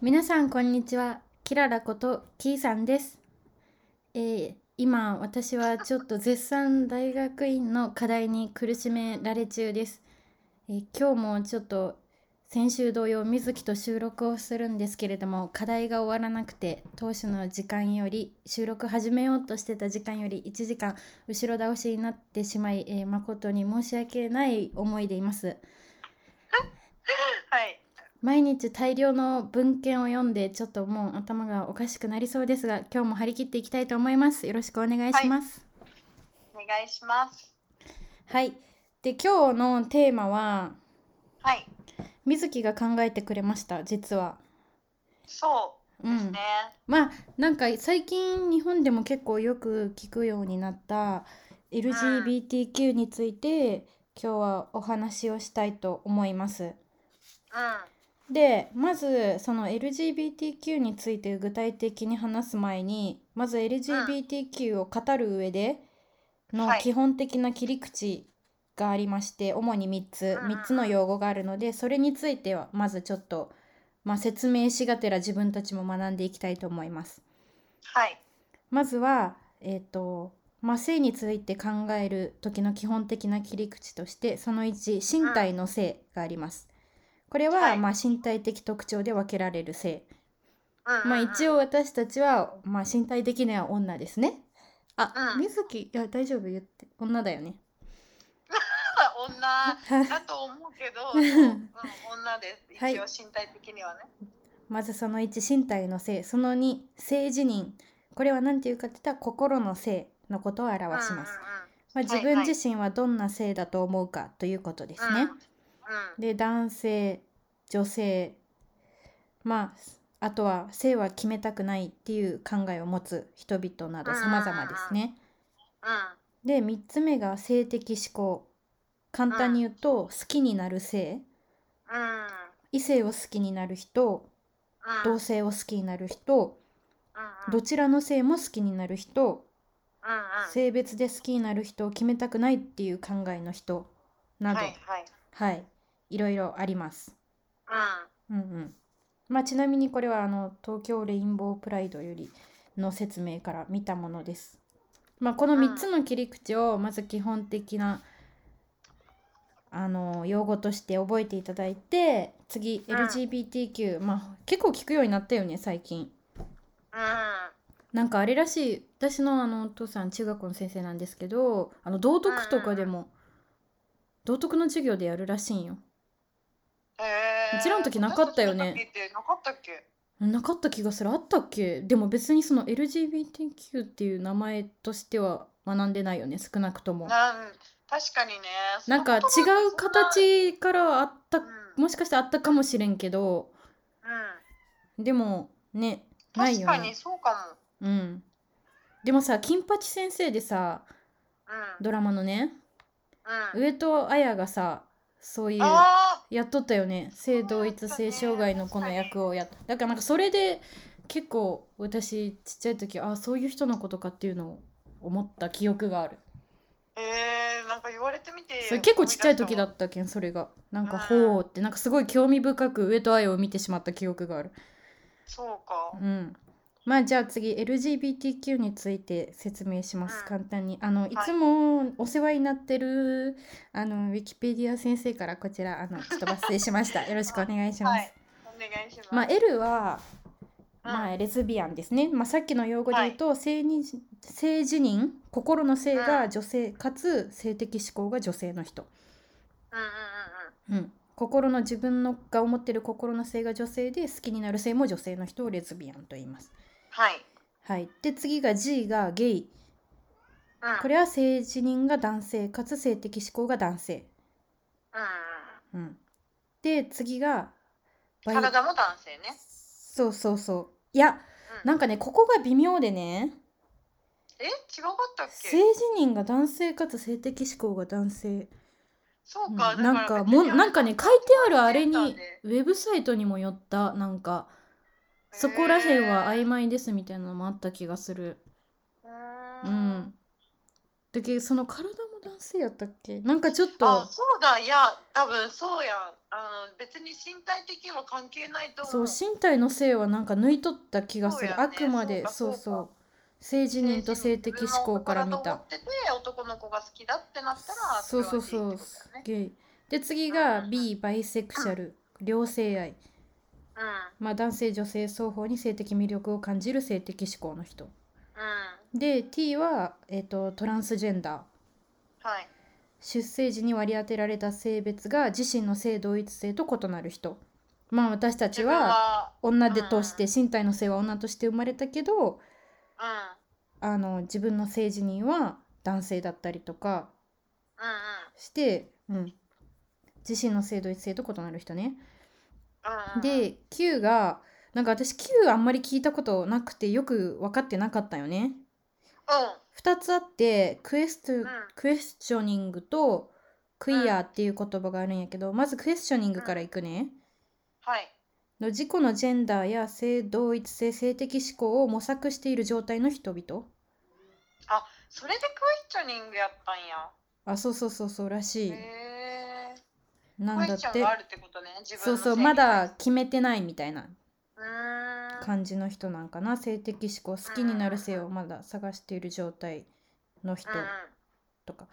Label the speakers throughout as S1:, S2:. S1: 皆さんこんにちはキララことキーさんです、えー今私はちょっと絶賛大学院の課題に苦しめられ中です、えー今日もちょっと先週同様水木と収録をするんですけれども課題が終わらなくて当初の時間より収録始めようとしてた時間より1時間後ろ倒しになってしまい、えー誠に申し訳ない思いでいます
S2: はい。
S1: 毎日大量の文献を読んでちょっともう頭がおかしくなりそうですが今日も張り切っていきたいと思いますよろしくお願いします
S2: お願いします。
S1: はい、で今日のテーマは
S2: はい。
S1: 水木が考えてくれました実は
S2: そううです
S1: ん
S2: ね。
S1: まあなんか最近日本でも結構よく聞くようになった LGBTQ について今日はお話をしたいと思います
S2: うん。
S1: でまずその LGBTQ について具体的に話す前にまず LGBTQ を語る上での
S2: はい
S1: 基本的な切り口がありまして、主に3つ
S2: うんうん
S1: 3つの用語があるのでそれについてはまずちょっと、まあ、説明しがてら自分たちも学んでいきたいと思います。
S2: はい。
S1: まずは、えーとまあ、性について考える時の基本的な切り口としてその1身体の性があります。これは、
S2: はい
S1: まあ、身体的特徴で分けられる性。
S2: うんうんうん、
S1: まあ、一
S2: 応。
S1: 応私たちは、まあ、身体的には女ですね。あ、
S2: うん
S1: 水木いや大丈夫言って女だよね。
S2: 女だと思う けど、
S1: う
S2: うんん、女です。
S1: はい
S2: 一応身体的にはね。
S1: まずその1身体の性その2性自認これは何て言うかって言ったら心の性のことを表します。まあ、
S2: はい
S1: 自分自身はどんな性だと思うかということですね。
S2: うんうんうん。うん。
S1: で男性女性まああとは性は決めたくないっていう考えを持つ人々など様々ですね。で3つ目が性的思考簡単に言うと好きになる性
S2: うん。うん。
S1: 異性を好きになる人
S2: うん。
S1: 同性を好きになる人
S2: うん。
S1: どちらの性も好きになる人
S2: うんうん。
S1: 性別で好きになる人を決めたくないっていう考えの人など
S2: はいはい。
S1: はい、いろいろあります。
S2: うん。
S1: うんうんまあ、ちなみにこれはあの東京レインボープライドよりの説明から見たものです。まあ、この
S2: うん
S1: 3つの切り口をまず基本的な、あの用語として覚えていただいて次
S2: うん
S1: LGBTQ、まあ、結構聞くようになったよね最近。なんかあれらしい私のあのお父さん中学校の先生なんですけどあの道徳とかでも道徳の授業でやるらしいんよ。
S2: うん。へえ。
S1: うちらの時なかったよね
S2: 私の時ってなかったっけ？
S1: なかった気がするあったっけでも別にその LGBTQ っていう名前としては学んでないよね少なくとも
S2: なん確かにね。
S1: なんか違
S2: そんな
S1: う
S2: ことな
S1: 形からあった
S2: うん。
S1: もしかしてあったかもしれんけど
S2: うん。
S1: でもねない
S2: 確
S1: よ
S2: か
S1: ね
S2: にそうか
S1: うんでもさ金八先生でさ
S2: も。うん。
S1: ドラマのね
S2: うん。
S1: 上戸彩がさそういう
S2: あ
S1: やっとったよね性同一性障害の子の役をやっだからなんかそれで結構私ちっちゃい時あそういう人のことかっていうのを思った記憶がある
S2: あ。ええー、なんか言われてみて。
S1: それ結構ちっちゃい時だ
S2: た。
S1: ったけんそれがなんか
S2: うん
S1: ほうってなんかすごい興味深く上と愛を見てしまった記憶がある
S2: そうか。
S1: うんまあじゃあ次 LGBTQ について説明します
S2: うん
S1: 簡単にあのい
S2: い
S1: つもお世話になってるあのウィキペディア先生からこちらあのちょっと抜粋しましたよろしくお願いします、
S2: はい。お願いします。
S1: まあ、L は、ま
S2: うん
S1: あ、レズビアンですね、まあ、さっきの用語で言うと、性に性自認心の性が女性、かつ性的思考が女性の人、
S2: うんうん
S1: うん、心の自分のが思ってる心の性が女性で好きになる性も女性の人をレズビアンと言います。はい、で次が G がゲイ
S2: うんうんうん。はい。
S1: こ
S2: れ。
S1: れは性自認が男性かつ性的思考が男性、
S2: うんう
S1: う
S2: ん
S1: ん、で次が
S2: うん。
S1: イ
S2: 体も男性ね。
S1: そうそうそういや
S2: うん、
S1: なんかねここが微妙でね
S2: え、違かったっ
S1: 性
S2: け？
S1: 自認が男性かつ性的思考が男性
S2: そうか。だら
S1: なんかもうなんかね書いてあるあれ
S2: セン
S1: に
S2: ターで
S1: ウェブサイトにもよったなんかそこら辺は曖昧ですみたいなのもあった気がする
S2: へー
S1: うんだけどその体も男性やったっけなんかちょっと
S2: あそうだいや多分そうやあの別に身体的には関係ないと
S1: そ
S2: 思
S1: う
S2: う
S1: 身体の性はなんか抜いとった気がする、
S2: そうや
S1: あ
S2: ね
S1: くまで
S2: そ
S1: そうう
S2: か
S1: そ
S2: そう
S1: う性自認と性的思考から見
S2: 自分の
S1: た
S2: 男だと思ってて男の子が好きだってなったら
S1: そうそう
S2: れは
S1: そ
S2: ゲイ
S1: う
S2: って
S1: ゲイで
S2: ことだよね
S1: 次
S2: うんうん
S1: が
S2: うん
S1: B バイセクシャル両性愛
S2: うん
S1: まあ男性女性双方に性的魅力を感じる性的思考の人
S2: うん
S1: で T は、えっとトランスジェンダー
S2: はい
S1: 出生時に割り当てられた性別が自身の性同一性と異なる人まあ私たち
S2: 自分
S1: は
S2: は
S1: 女でとして身体の性は女として生まれたけど
S2: うんうん
S1: あの自分の性自認は男性だったりとか
S2: うん
S1: して、うん、自身の性同一性と異なる人ね。
S2: うんうん
S1: で Q がなんか私 Q あんまり聞いたことなくてよく分かってなかったよね。
S2: う
S1: 2つあってクエスト、
S2: ん
S1: クエスチョニングとクイアっていう言葉があるんやけど、まずクエスチョニングからいくね。
S2: んはい
S1: の自己のジェンダーや性同一性性的思考を模索している状態の人々
S2: それでクエスチョニングやったんや
S1: あそうそうそうそうらしい、
S2: へえ
S1: なん
S2: ク
S1: だ
S2: エ
S1: っ
S2: スチョン
S1: て
S2: があるってことね自分
S1: そう
S2: の
S1: そう
S2: 性に
S1: まだ決めてないみたいな
S2: うーん
S1: 感じの人なんかな性的思考好きになる性をまだ探している状態の人
S2: うんうん
S1: とか。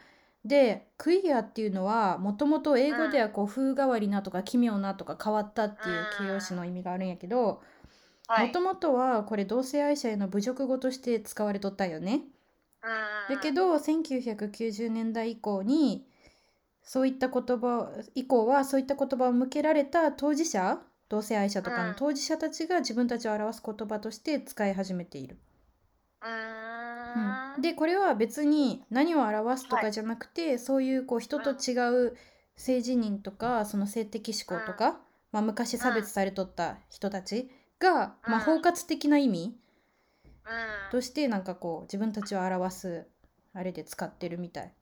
S1: でクイアっていうのはもともと英語ではこう風変わりなとか奇妙なとか変わったっていう形容詞の意味があるんやけど
S2: は
S1: も
S2: い
S1: ともとはこれ同性愛者への侮辱語として使われとったんよね。だけど1990年代以降にそういった言葉以降はそういった言葉を向けられた当事者同性愛者とか
S2: うん
S1: の当事者たちが自分たちを表す言葉として使い始めている。
S2: う
S1: うん
S2: ーん
S1: でこれは別に何を表すと
S2: は
S1: か
S2: い
S1: じゃなくて、そういうこう人と違う性自認とかその性的思考とか、まあ、昔差別されとった人たちが、まあ、
S2: う
S1: 包
S2: ん
S1: 括的な意味
S2: うん
S1: としてなんかこう自分たちを表すあれで使ってるみたい。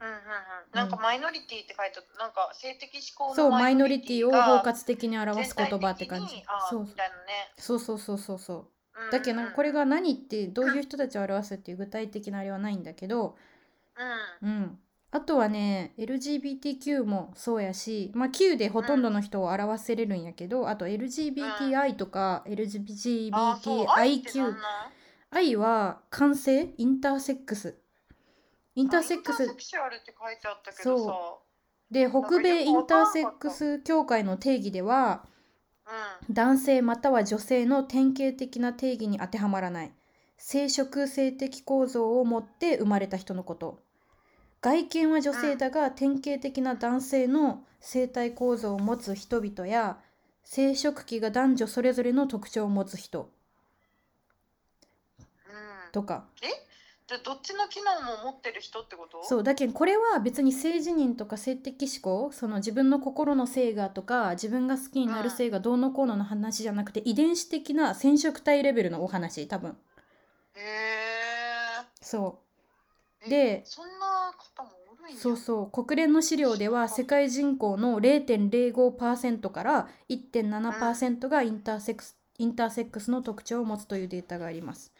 S2: うんうんうん、なんかマイノリティって書いてあったなんか性的指向
S1: そう
S2: の
S1: マイノリティを包
S2: が
S1: 括的に表す言葉って感
S2: 全体
S1: じ
S2: 的にあ
S1: そ
S2: そううみたいなね、
S1: そうそうそうそうそう
S2: うんうんうん、
S1: だけどなんかこれが何ってどういう人たちを表すっていう具体的なあれはないんだけど
S2: うん
S1: うんあとはね LGBTQ もそうやし、まあ、Q でほとんどの人を表せれるんやけどあと LGBTI とか
S2: あそう愛ってなん
S1: LGBTIQI
S2: なん
S1: は完性インターセックスインターセック
S2: インターセ
S1: ス
S2: クシュアルって書いてあったけどさ
S1: で北米インターセック
S2: な
S1: ス協会の定義では
S2: う
S1: 男性または女性の典型的な定義に当てはまらない生殖性的構造を持って生まれた人のこと外見は女性だが典型的な男性の生体構造を持つ人々や生殖器が男女それぞれの特徴を持つ人
S2: んうん
S1: とか
S2: じゃあどっちの機能も持ってる人ってこと
S1: そうだけどこれは別に性自認とか性的思考その自分の心の性がとか自分が好きになる性がどうのこうのの話じゃなくて遺伝子的な染色体レベルのお話多分
S2: へえ
S1: そう
S2: え
S1: で
S2: そんな方もおるんや
S1: そうそう国連の資料では世界人口の0.05%から1.7%がインターセックスインターセックスの特徴を持つというデータがあります。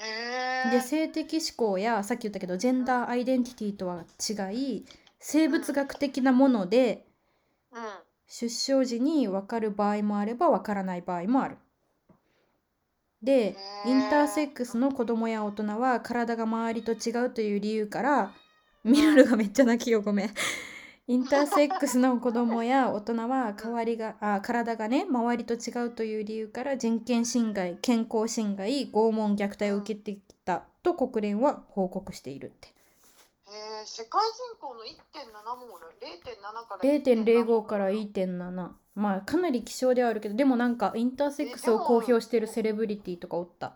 S2: へえ
S1: で性的指向やさっき言ったけどジェンダーアイデンティティとは違い生物学的なもので
S2: うん
S1: 出生時に分かる場合もあれば分からない場合もある。でインターセックスの子供や大人は体が周りと違うという理由からミラルがめっちゃ泣きよごめん。 インターセックスの子供や大人は代わりがあ体がね周りと違うという理由から人権侵害健康侵害拷問虐待を受けてきたと国連は報告しているって
S2: へえ世界人口の1.7もおる0.7から
S1: 0.05から
S2: 1.7
S1: 1.7まあかなり希少ではあるけどでもなんかインターセックスを公表しているセレブリティとかおった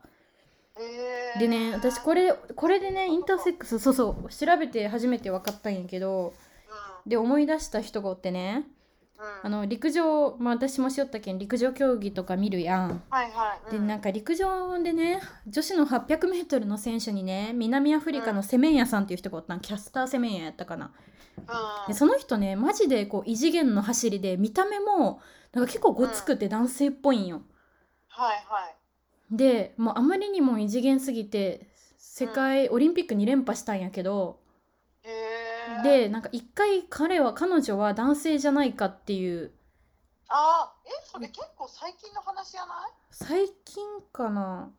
S2: へー
S1: でね私これこれでねインターセックスそうそう調べて初めて分かったんやけどで思い出した人がおってね
S2: うんうん、
S1: あの陸上、まあ、私もしよったけん陸上競技とか見るやん。
S2: はいはい、
S1: で
S2: うん
S1: なんか陸上でね女子の 800m の選手にね南アフリカのセメンヤさんっていう人がおったんキャスターセメンヤやったかな
S2: う
S1: で
S2: ん、
S1: その人ねマジでこう異次元の走りで見た目もなんか結構ごつくて男性っぽいんよ
S2: はいはい
S1: でもうあまりにも異次元すぎて世界オリンピック2連覇したんやけど、
S2: へえ。、
S1: でなんか一回彼は彼女は男性じゃないかっていう
S2: あー、え、それ結構最近の話じゃない
S1: 最近かな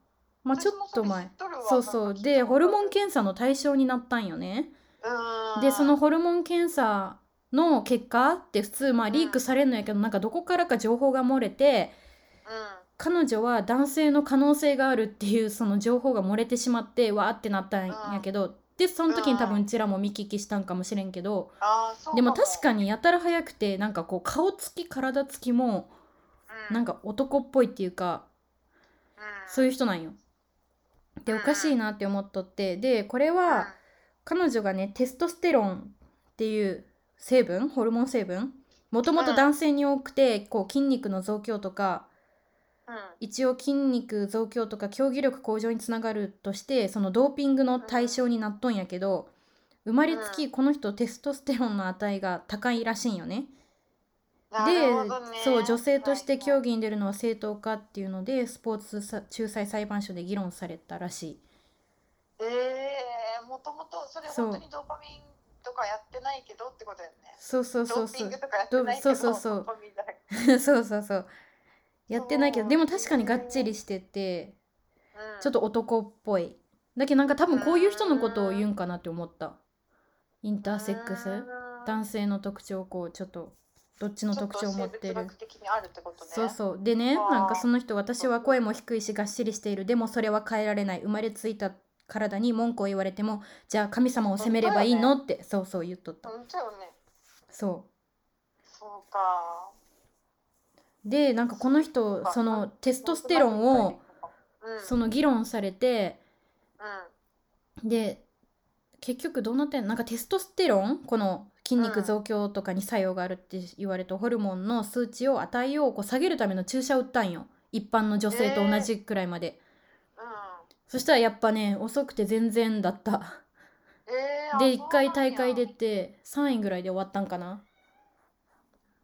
S1: まあちょっと前。そうそうで
S2: で
S1: ホルモン検査の対象になったんよね
S2: うん
S1: でそのホルモン検査の結果って普通まあリークされるのやけどなんかどこからか情報が漏れて
S2: う
S1: 彼女は男性の可能性があるっていうその情報が漏れてしまってわーってなったんやけどでその時に多分うちらも見聞きしたんかもしれんけど
S2: ん、あーそう
S1: でも確か
S2: に、
S1: にやたら早くてなんかこう顔つき体つきも
S2: う
S1: なん、か男っぽいっていうかそういう
S2: 人
S1: 人なんよ。で
S2: う
S1: お
S2: ん
S1: かしいなって思っとってでこれは彼女がねテストステロンっていう成分ホルモン成分もともと男性に多くてこう筋肉の増強とか
S2: うんうん
S1: 一応筋肉増強とか競技力向上につながるとしてそのドーピングの対象になっとんやけど生まれつきこの人テストステロンの値が高いらしいんよね。
S2: な
S1: で
S2: るほどね
S1: そう女性として
S2: は
S1: 競
S2: い
S1: 技に出るのは正当かっていうのでスポーツさ仲裁裁判所で議論されたらしい。
S2: はいえー、もともとそれ
S1: そう
S2: 本当にドーパミンとかやってないけどってことだよね
S1: そうそうそう
S2: ドーピ
S1: そ
S2: ン
S1: う
S2: グとかやってないけど
S1: ドーそうそうそう
S2: ドーパミンだらけ
S1: そう そうそうやってないけ
S2: そ
S1: ど
S2: う
S1: でも確かにがっちりしてて
S2: うん
S1: ちょっと男っぽい。だけどなんか多分こういう人のことを言うんかなって思った。インターセックス、
S2: うん
S1: 男性の特徴をこうちょっとどっちの特徴を持って
S2: ちょ
S1: る
S2: っと生物学的にあるってことね
S1: そうそうでね
S2: あー
S1: なんかその人私は声も低いしがっしりしているでもそれは変えられない生まれついた体に文句を言われてもじゃあ神様を責めればいいのって、そうそう言っとった
S2: 本当よね
S1: そ
S2: そうか
S1: うでなんかこの人そのテストステロンを
S2: うん
S1: その議論されて
S2: うん
S1: で結局どうなってんのなんかテストステロンこの筋
S2: う
S1: 肉
S2: ん
S1: 増強とかに作用があるって言われたホルモンの数値を値をこう下げるための注射を打ったんよ一般の女性と同じくらいまで、
S2: う
S1: そしたらやっぱね遅くて全然だった
S2: んえーあ
S1: で
S2: そう
S1: 1
S2: なん
S1: 回
S2: や
S1: 大会出て3位ぐらいで終わったんかな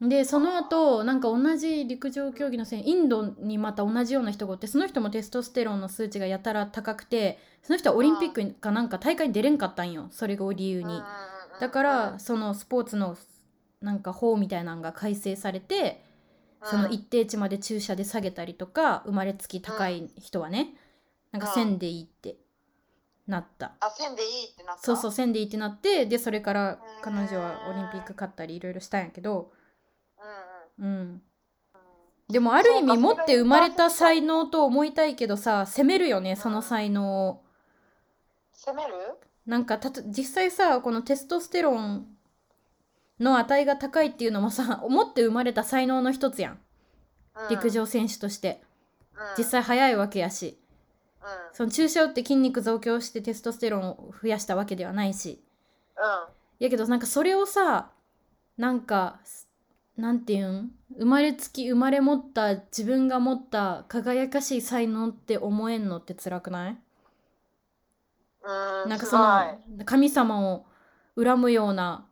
S1: でその後なんか同じ陸上競技のせいインドにまた同じような人がおってその人もテストステロンの数値がやたら高くてその人はオリンピックかなんか大会に出れんかったんよそれを理由
S2: うんうん
S1: に
S2: うんうん
S1: だからそのスポーツのなんか法みたいなのが改正されてその一定値まで注射で下げたりとか生まれつき高い人はねなんか線でいいってなった
S2: あ、線でいいってなった。
S1: そうそう
S2: う。
S1: 線でいいってなってでそれから彼女はオリンピック勝ったりいろいろしたんやけど
S2: うん
S1: うんでもある意
S2: そ
S1: 味
S2: うか
S1: 持って生まれた才能と思いたいけどさ責めるよねその才能を
S2: 攻める？
S1: なんかたと実際さこのテストステロンの値が高いっていうのもさ 持って生まれた才能の一つやん
S2: うん
S1: 陸、上選手として
S2: うん
S1: 実。際速いわけやし
S2: うん。うん。
S1: その注射打って筋肉増強してテストステロンを増やしたわけではないしやけどなんかそれをさなんかすなんていうん生まれつき生まれ持った自分が持った輝かしい才能って思えんのって辛くない
S2: うん。
S1: なんかその神様を恨むような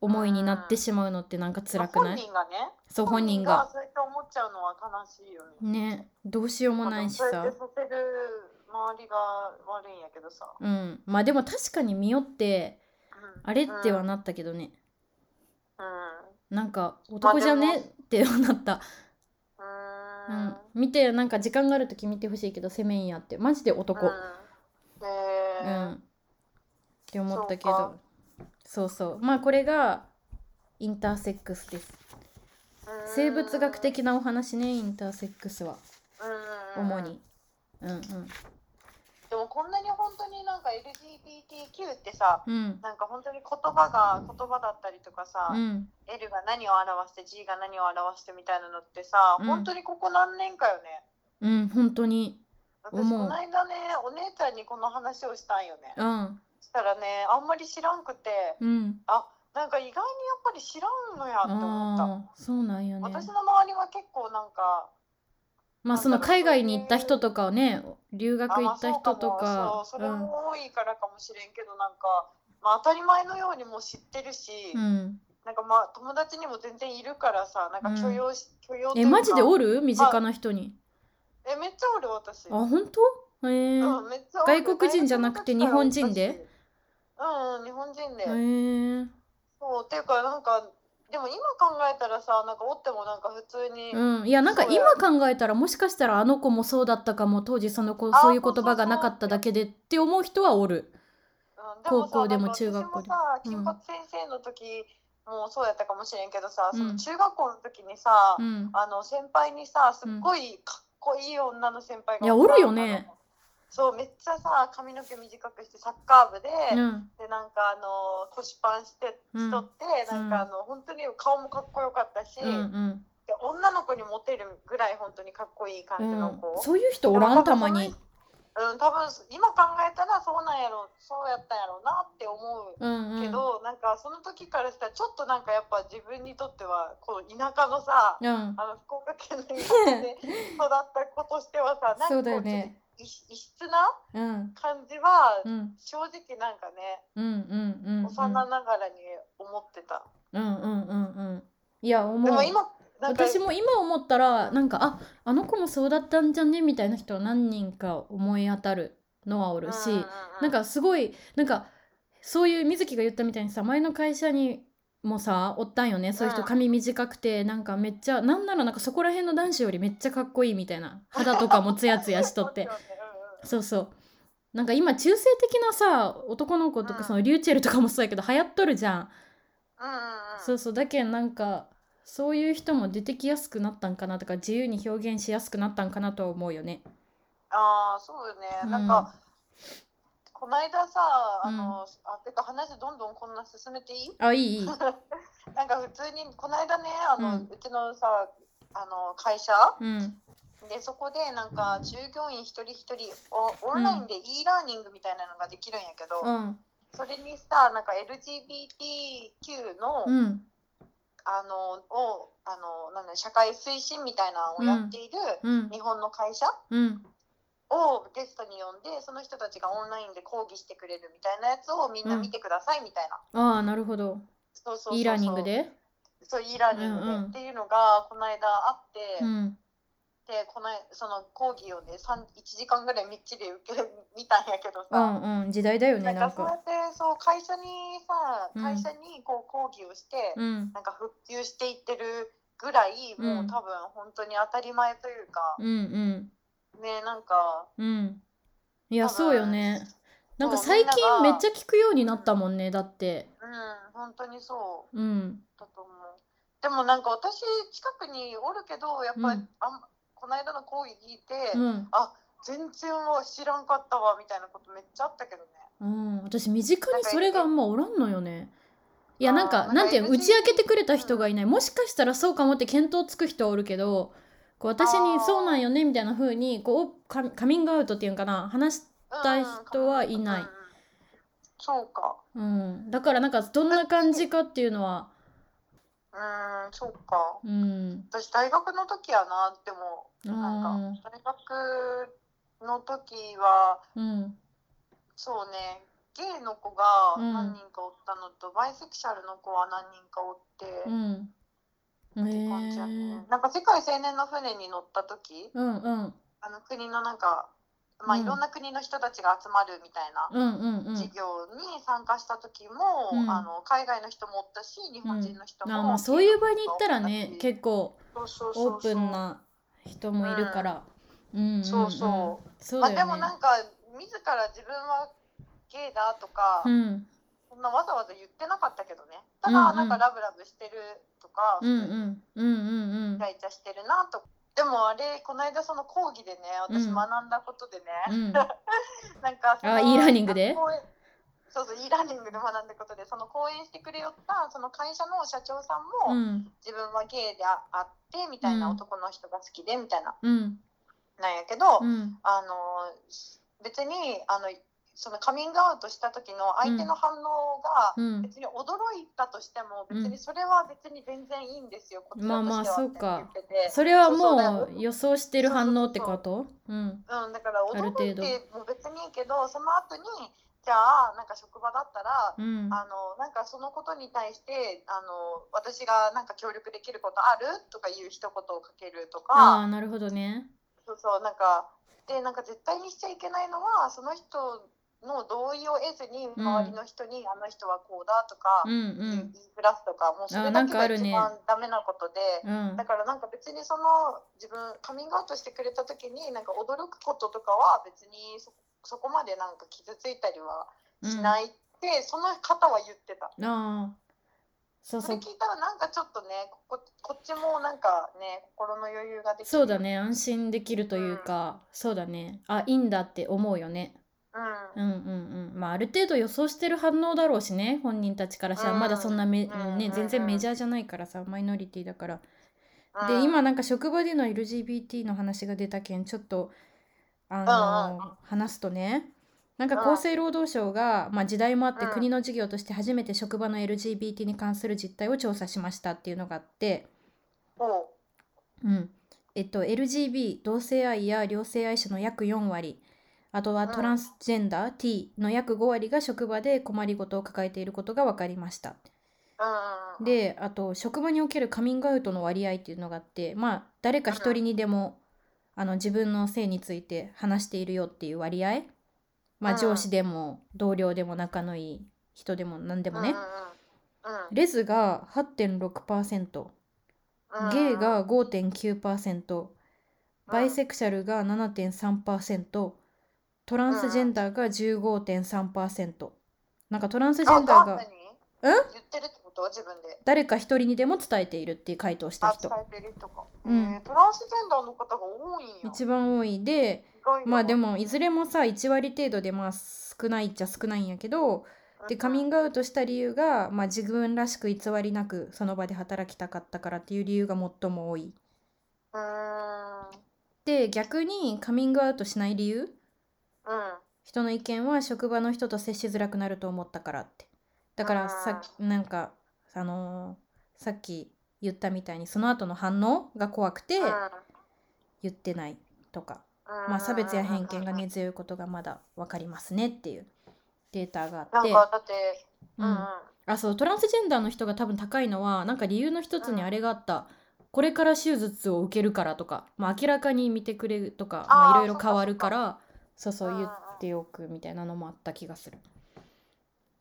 S1: 思いになってしまうのってなんか
S2: 辛
S1: 辛
S2: い
S1: くな
S2: 本
S1: い
S2: 人がね。
S1: そう本人が
S2: そうやって思っちゃうのは悲しいよね。
S1: ねどうしようもないし
S2: まあで
S1: さ
S2: もそうやってさせる周りが悪いんやけどさ。
S1: うんまあでも確かに見よって
S2: うん
S1: あれっては。なったけどね
S2: うん。
S1: なんか男じゃ
S2: まあ
S1: ね
S2: で
S1: ってはなったう
S2: うん
S1: ん。見てなんか時間がある時見てほしいけど攻めんやってマジで男うん、
S2: うん。えー。
S1: って思ったけ
S2: そう
S1: どそうそうまあこれがインターセックスです
S2: うん
S1: 生物学。的なお話ねインターセックスは
S2: うん
S1: 主。にうんうん
S2: でもこんなに本当になんか LGBTQ ってさ。
S1: うん
S2: なんか本当に言葉が言葉だったりとかさ、
S1: うん
S2: L が何を表して G が何を表してみたいなのってさ、
S1: うん
S2: 本当にここ何年かよね
S1: うん本当に
S2: 私
S1: 思う
S2: この間ねお姉ちゃんにこの話をしたんよね
S1: うん
S2: そしたらねあんまり知らんくて
S1: うん
S2: あなんか意外にやっぱり知らんのやって思った、
S1: ああーそうなんよね
S2: 私の周りは結構なんか
S1: まあその海外に行った人とかをね留学
S2: あ
S1: 行
S2: まあ
S1: った人とか
S2: そうかもそうそれも多いからかもしれんけどなんか、まあ、当たり前のようにもう知ってるし、
S1: うん
S2: なんかまあ友達にも全然いるからさなんか許容し、許容と
S1: え
S2: いうか
S1: マジでおる身近な人に
S2: えめっちゃおる私
S1: あ本当へえ
S2: うんめっちゃ多い
S1: 外国人じゃなくて日本人で
S2: うんうん日本人で、
S1: へえ
S2: そうっていうかなんかでも今考えたらさなんかおってもなんか普通に、
S1: うん、いやなんか
S2: そうや
S1: 今考えたらもしかしたらあの子もそうだったかも当時その子
S2: あ
S1: そういう言葉がなかっただけでって思う人はおる
S2: うん
S1: 高校でも中学校でも
S2: でもさなんか私もさ金髪先生の時もそうやったかもしれんけどさ、
S1: うん
S2: その中学校の時にさ、
S1: うん
S2: あの先輩にさすっごいかっこいい女の先輩
S1: い
S2: が
S1: やおるよね
S2: あのそうめっちゃさ髪の毛短くしてサッカー部で、
S1: うん
S2: でなんかあの腰パンしてしとって、
S1: うん
S2: なんかあの本当に顔もかっこよかったし、
S1: うんうん
S2: で女の子にモテるぐらい本当にかっこいい感
S1: う
S2: じの
S1: ん
S2: 子、
S1: そういう人おらんたまに
S2: うん、多分今考えたらそうなんやろそうやったんやろうなって思う
S1: うんうん
S2: けど、なんかその時からしたらちょっとなんかやっぱ自分にとってはこう田舎のさ、
S1: うん
S2: あの福岡県の 田舎で育った子としてはさなんか
S1: そうだ
S2: こ
S1: よ
S2: うちょっ
S1: ね
S2: と異異質な
S1: うん
S2: 感じは
S1: うん
S2: 正直なんかね、
S1: うんうんうんうん
S2: 幼ながらに思ってた、
S1: うんうんうんうんいや思
S2: で
S1: う
S2: も今なんか
S1: 私も今思ったらなんかああの子もそうだったんじゃねみたいな人は何人か思い当たるのはおるし、
S2: ううう
S1: なんかすごいなんかそういう水木が言ったみたいにさ前の会社にもさおったんよねそういう人
S2: うん
S1: 髪短くてなんかめっちゃなんならなんかそこら辺の男子よりめっちゃかっこいいみたいな肌とかもツヤツヤしとって
S2: そうだ
S1: そうそうなんか今中性的なさ男の子と
S2: う
S1: か
S2: ん
S1: そのリューチェルとかもそうやけど流行っとるじゃん
S2: よねうん
S1: そううんそうだけんなんかそういう人も出てきやすくなったんかなとか自由に表現しやすくなったんかなとは思うよね。
S2: ああそうよね、
S1: うん
S2: なんかこないださあ
S1: う
S2: の、あてか話どんどんこんな進めていい
S1: あいいいい。
S2: なんか普通にこないだねあ
S1: う
S2: の、うんちのさあの会社
S1: うん
S2: でそこでなんか従業員一人一人おオンラインで e ラーニングみたいなのができるんやけど、
S1: うん
S2: それにさなんか LGBTQ の,、
S1: うん
S2: あのをあのなんだ社会推進みたいなのをやっている
S1: うん
S2: 日本の会社、
S1: うん
S2: をゲストに呼んでその人たちがオンラインで講義してくれるみたいなやつをみんな見てくださいみたいな、
S1: ああなるほど。
S2: そうそうそうそう
S1: e ラーニングで。
S2: そう e ラーニング
S1: うんうん
S2: でっていうのがこの間あって、
S1: うん
S2: でこのその講義をね3 1時間ぐらいみっちり受け 見たんやけど
S1: う
S2: さ、
S1: んうん時代だよ
S2: な
S1: ね
S2: ん
S1: な
S2: か
S1: ん
S2: そうや
S1: か。
S2: ってそう会社にさ
S1: うん
S2: 会社にこう講義をして、
S1: うん
S2: なんか復旧していってるぐらいもううん多分本当に当たり前というか、
S1: うん
S2: ねなんか
S1: うんうん。いやそうよね。なんか
S2: そう
S1: 最近
S2: み
S1: め
S2: んなが
S1: っちゃ聞くようになったもんねだって。
S2: うん本当にそう。
S1: うん
S2: だと思うでもなんか私近くにおるけどやっぱり、
S1: うん
S2: あんこの間の講義聞いて、
S1: うん
S2: 全然は知らんかったわみたいなことめっちゃあったけどね
S1: うん私身近にそれがあんまおらんのよね。いやなん
S2: あ
S1: か
S2: ー
S1: なんていう
S2: なん
S1: の
S2: か
S1: 打ち明けてくれた人がいないもしかしたらそうかもって見当つく人はおるけどこう私
S2: あ
S1: に
S2: ー
S1: そうなんよねみたいな風にこうカカミングアウトっていうんかな話し対人はいない
S2: うんうんそうか
S1: うん、だからなんかどんな感じかっていうのは、
S2: うーんそうか
S1: うん、
S2: 私大学の時やなでも
S1: あ
S2: なんか大学の時は
S1: ーうん、
S2: そうねゲイの子が
S1: うん
S2: 何人かおったのと、バイセクシャルの子は何人かおって、
S1: うん。へ
S2: って感じや
S1: え
S2: ね。なんか世界青年の船に乗った時
S1: うんうん
S2: あの国のなんか、まあ、
S1: うん
S2: いろんな国の人たちが集まるみたいな
S1: うんうんうん。
S2: 事業に参加した時も、
S1: うん
S2: あの海外の人もおったし日本人の人も、
S1: あまあそういう場に行ったらね結構
S2: そうそうそう
S1: オ
S2: そう
S1: ープンな人もいるから。うんんん
S2: そうそう
S1: そう
S2: まあ、
S1: だ
S2: で
S1: よ
S2: も
S1: ね。
S2: なんか自ら自分はゲイだとか、
S1: うん
S2: そんなわざわざ言ってなかったけどねた
S1: うんう
S2: だ
S1: ん
S2: なんかラブラブしてるとか、
S1: うんうんうんうんうん
S2: イチャイチャしてるなとでもあれこの間その講義でね私
S1: うん
S2: 学んだことでね、
S1: うん
S2: なんかその
S1: あ e ラーニングで
S2: 講演そうそう e ラーニングで学んだことでその講演してくれよったその会社の社長さん
S1: う
S2: も、
S1: ん
S2: 自分はゲイでああってみたいな、
S1: うん
S2: 男の人が好きでみたいな
S1: うん
S2: なんやけど、
S1: うん
S2: あの別にあのそのカミングアウトした時の相手の反応が、
S1: うん
S2: 別に驚いたとしても
S1: うん
S2: 別にそれは別に全然いいんですよ、こちらとしては
S1: まあまあそうか
S2: って言ってて
S1: それは
S2: そうそうだ
S1: も
S2: よ
S1: う予想してる反応ってことうん
S2: うん、だから
S1: る
S2: 驚
S1: 程
S2: い
S1: 度
S2: ても別にいいけどその後にじゃあなんか職場だったら、
S1: うん
S2: あのなんかそのことに対してあの私がなんか協力できることあるとかいう一言をかけると
S1: あ
S2: か
S1: あなるほどね
S2: そうそうなんかでなんか絶対にしちゃいけないのはその人の同意を得ずに
S1: ん
S2: 周りの人に、あの人はこうだと
S1: う
S2: か、
S1: んう
S2: 言
S1: ん
S2: いふらすとかもうそ
S1: あ
S2: れ
S1: な
S2: だ
S1: ん
S2: け
S1: かあ
S2: が
S1: るね
S2: 一番ダメなことで。
S1: うん
S2: だからなんか別にその自分カミングアウトしてくれた時になんか驚くこととかは別にそそこまでなんか傷ついたりはしないって、その方は言ってた。
S1: ああそう
S2: そ
S1: そ
S2: れ
S1: う
S2: 聞いたらなんかちょっとねここっちもなんかね心の余裕ができて
S1: そうだね安心できるというか、そうだねあいいんだって思うよね
S2: うん
S1: うんうんうんまあある程度予想してる反応だろうしね本人たちからしたら
S2: うん
S1: まだそんなめ、
S2: うん
S1: ね、全
S2: う
S1: 然
S2: んうん
S1: メジャーじゃないからさマイノリティだから
S2: うん
S1: で今なんか職場での LGBT の話が出たけんちょっとあ
S2: うん
S1: の話すとねなんか厚生労働省が、まあ、時代もあって
S2: うん
S1: 国の事業として初めて職場の LGBT に関する実態を調査しましたっていうのがあって、
S2: おう
S1: うんえっと、LGB 同性愛や両性愛者の約4割あとは
S2: うん
S1: トランスジェンダー T の約5割が職場で困りごとを抱えていることが分かりました
S2: うんうん
S1: であと職場におけるカミングアウトの割合っていうのがあってまあ誰か一人にでもあの自分の性について話しているよっていう割合まあ
S2: うん
S1: 上司でも同僚でも仲のいい人でも何でもね
S2: うんうんうん
S1: レズが8.6%
S2: うん
S1: ゲイが5.9%バイ
S2: うん
S1: セクシャルが7.3%トランスジェンダーが15.3%なんかトランスジェンダー
S2: あ
S1: が
S2: 何言ってるってこと自分で
S1: 誰か一人にでも伝えているっていう回答をした
S2: あ
S1: 人
S2: 伝えてる人か、
S1: うん
S2: えートランスジェンダーの方が多いんや
S1: 一番多いで
S2: 意外だな
S1: まあでもいずれもさ1割程度でまあ少ないっちゃ少ないんやけどでカミン
S2: グ
S1: グアウトした理由が、まあ、自分らしく偽りなくその場で働きたかったからっていう理由が最も多い。
S2: うーん
S1: で逆にカミングアウトしない理由
S2: うん
S1: 人の意見は職場の人と接しづらくなると思ったからってだからさっきなんかあのーさっき言ったみたいにその後の反応が怖くて
S2: うん
S1: 言ってないとか、
S2: うん
S1: まあ、差別や偏見が根強いことがまだ分かりますねっていうデータがあ
S2: な
S1: っ
S2: ん
S1: て、
S2: かだって
S1: う
S2: うんうん
S1: ん、あそうトランスジェンダーの人が多分高いのはなんか理由の一つにあれがあった。これから手術を受けるからとか、まあ、明らかに見てくれるとか、まあ、
S2: あー
S1: いろいろ変わるからそうそう
S2: うんうん
S1: 言
S2: うん
S1: っておくみたいなのもあった気がする。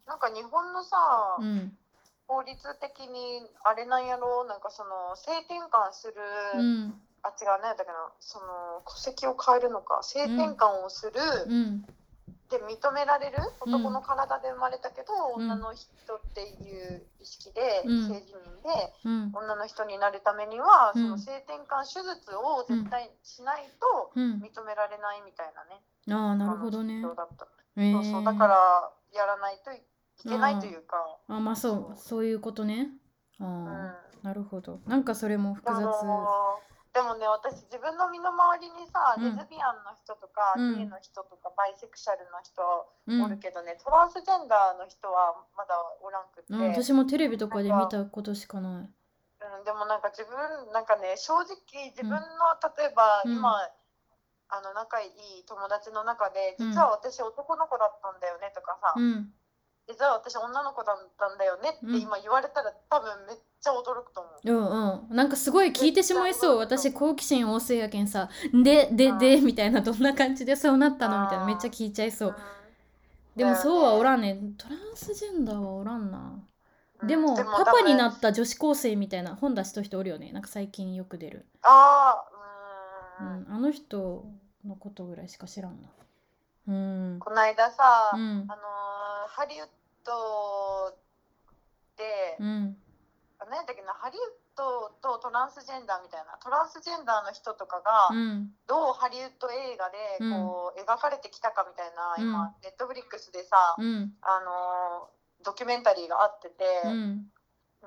S2: なんか日本のさ、
S1: うん、
S2: 法律的にあれなんやろなんかその性転換する、
S1: うん
S2: あ違うねだけどその戸籍を変えるのか性転換をする、
S1: うん
S2: で認められる
S1: うん
S2: 男の体で生まれたけど、
S1: うん
S2: 女の人っていう意識で、
S1: うん
S2: 性自認で
S1: うん
S2: 女の人になるためには、
S1: うん
S2: その性転換手術を絶対しないと
S1: うん
S2: 認められないみたいなね、
S1: ああなるほどね
S2: あの。状況だった
S1: え
S2: そうそうだからやらないといけないというか、
S1: あまあそうそういうことね。
S2: うん
S1: ああなるほど。なんかそれも
S2: で
S1: 複雑。
S2: もでもね私自分の身の回りにさ、
S1: うん
S2: レズビアンの人とか
S1: うん
S2: ゲイの人とかバイセクシャルの人
S1: う
S2: おる
S1: ん、
S2: けどね、トランスジェンダーの人はまだおらんくって、
S1: うん、私もテレビとかで見たことしかない。
S2: うん、でもなんか自分なんかね正直自分の、例えば
S1: うん
S2: 今、あの仲いい友達の中で
S1: うん
S2: 実は私男の子だったんだよねとかさ、
S1: うん。
S2: 実は私女の子だったんだよねって今言われたら、多分めっちゃ驚くと思
S1: う
S2: う。
S1: んうん、なんかすごい聞いてしまいそう
S2: 絶対
S1: 私好奇心旺盛やけんさ「でで
S2: あー
S1: で」みたいなどんな感じでそうなったのみたいな
S2: あー
S1: めっちゃ聞いちゃいそう
S2: う
S1: でも
S2: だよね
S1: そうはおらんねトランスジェンダーはおらんなんでもパ
S2: 多
S1: パ
S2: 分
S1: になった女子高生みたいな本出した人おるよねなんか最近よく出る、
S2: あ
S1: う
S2: あうん、
S1: ん、あの人のことぐらいしか知らんなうん
S2: この間さ、
S1: うん
S2: あのーハリウッドで、
S1: うん
S2: 何やったっけなハリウッドとトランスジェンダーみたいなトランスジェンダーの人とかが、
S1: うん
S2: どうハリウッド映画でこう、描かれてきたかみたいな
S1: うん
S2: 今ネットフリックスでさ、
S1: うん
S2: あのードキュメンタリーがあってて、
S1: うん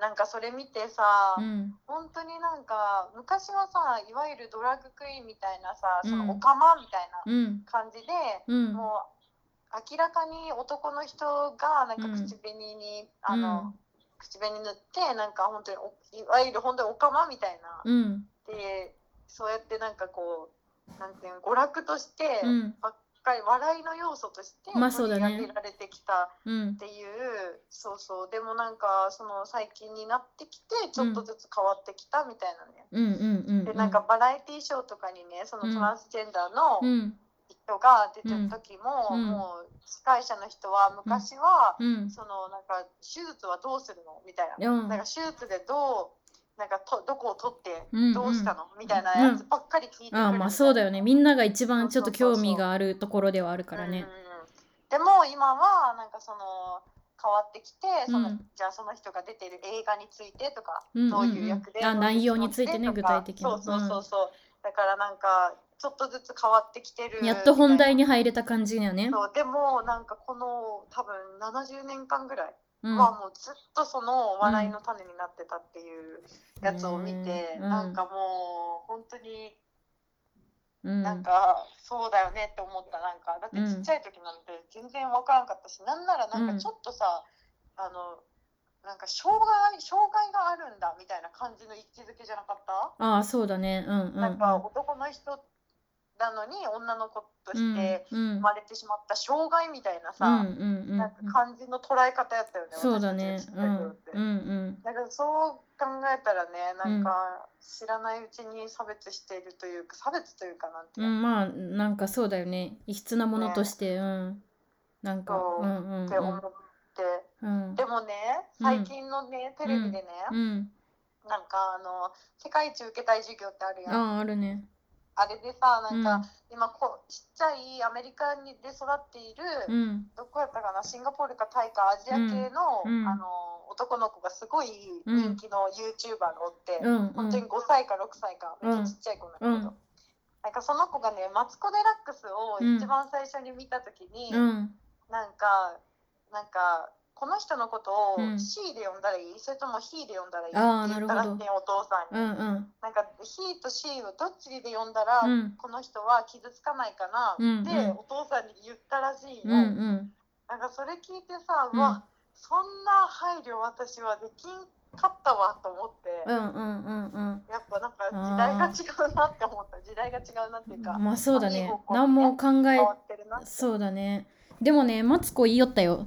S2: なんかそれ見てさ、
S1: うん
S2: 本当になんか昔はさいわゆるドラッグクイーンみたいなさそ
S1: うん
S2: のオカマみたいな
S1: うん
S2: 感じで、
S1: うん
S2: もう明らかに男の人がなんか
S1: うん
S2: 口紅に、あの口紅塗ってなんか本当においわゆる本当にオカマみたいな。
S1: うん
S2: でそうやってなんかこうなんていうの娯楽として
S1: うん
S2: ばっ回笑いの要素として
S1: まあそうだね
S2: 取り上げられてきた
S1: うん
S2: っ、ていう、そうそうでもなんかその最近になってきてちょっとずつ変わってきたみたいなね、
S1: うん、うん、うん、
S2: でなんかバラエティーショーとかにねその
S1: うん
S2: トランスジェンダーの
S1: うん、
S2: 人が出てる時も、
S1: うん
S2: もう司会者の人は昔は、
S1: うん、
S2: そのなんか手術はどうするのみたいな、
S1: うん
S2: なんか手術でどうなんかとどこを取って
S1: うんうん
S2: どうしたの、みたいなやつばっかり聞いてくる
S1: ああまあそうだよねみんなが一番ちょっと
S2: そうそう
S1: 興
S2: そうそう
S1: 味があるところではあるからね
S2: うんうんうんでも今はなんかその変わってきてその、
S1: うん
S2: じゃあその人が出てる映画についてとか、
S1: うん
S2: どういう役で
S1: うんうんあ
S2: どうう人
S1: 内容についてね
S2: と
S1: 具
S2: か
S1: 体的な
S2: そうそうそうそう、だからなんかちょっとずつ変わってきてる
S1: やっと本題
S2: み
S1: に入れた感じだよね
S2: たいなそうでもなんかこの多分70年間ぐらい
S1: うん
S2: はもうずっとその笑いの種になってたっていうやつを見て、
S1: うん
S2: なんかもう本当に
S1: うん
S2: なんかそうだよねって思ったなんかだってちっちゃい時なんて全然わからんかったし、なんならなん
S1: うん
S2: かちょっとさ、あのなんか障害障害があるんだみたいな感じの位置づけじゃなかった、
S1: ああそうだねうんうん
S2: なんか男の人なのに女の子として
S1: うんうん
S2: 生まれてしまった障害みたいな
S1: うん
S2: さ、
S1: うんうん
S2: なんか感じの捉え方やったよね
S1: そうだね
S2: 私た
S1: うん
S2: ちのちっちゃい頃って
S1: うんうん
S2: だからそう考えたらねなんか知らないうちに差別しているというか差別というかなんていう
S1: う
S2: の
S1: んまあなんかそうだよね異質なものとしてうんなんか
S2: そ
S1: う
S2: う
S1: んうん
S2: って思って。
S1: うん
S2: でもね
S1: うん
S2: 最近のね、テレビでね、
S1: うん
S2: なんかあの世界一受けたい授業ってあるやん、
S1: あああるね
S2: あれでさ
S1: う
S2: なん
S1: ん
S2: か、今こうちっちゃいアメリカにで育っている、
S1: うん
S2: どこやったかなシンガポールかタイかアジア系の,、
S1: うんうん
S2: あの男の子がすごい人気の YouTuber がおって、
S1: うんう
S2: 本当に
S1: ん
S2: 5歳か6歳かめっちゃちっちゃい子なんだけど、
S1: うん
S2: なんかその子がね「マツコ・デラックス」を一番最初に見た時に、
S1: うん
S2: なんか、なんか、この人のことを
S1: うん
S2: C で呼んだらいい、それとも He で呼んだらいい
S1: あー
S2: って言ったら
S1: なるほ
S2: しい
S1: ど
S2: お父さん
S1: う
S2: に。
S1: んうん
S2: なんか、He と C をどっちで呼んだら、
S1: うん
S2: この人は傷つかないかな、
S1: うんうん
S2: で、お父さんに言ったらしいよ。
S1: うんうん
S2: なんか、それ聞いてさ、
S1: う
S2: うんわ、そんな配慮私はできんかったわと思って、
S1: うんうんうんうん
S2: やっぱなんか時代が違うなって思った。時代が違うなっていうか、
S1: まあそうだ
S2: いい
S1: ね
S2: 方向にね
S1: 何も考え
S2: 変わってるなって。
S1: そうだねでもねマツコ言いよったよ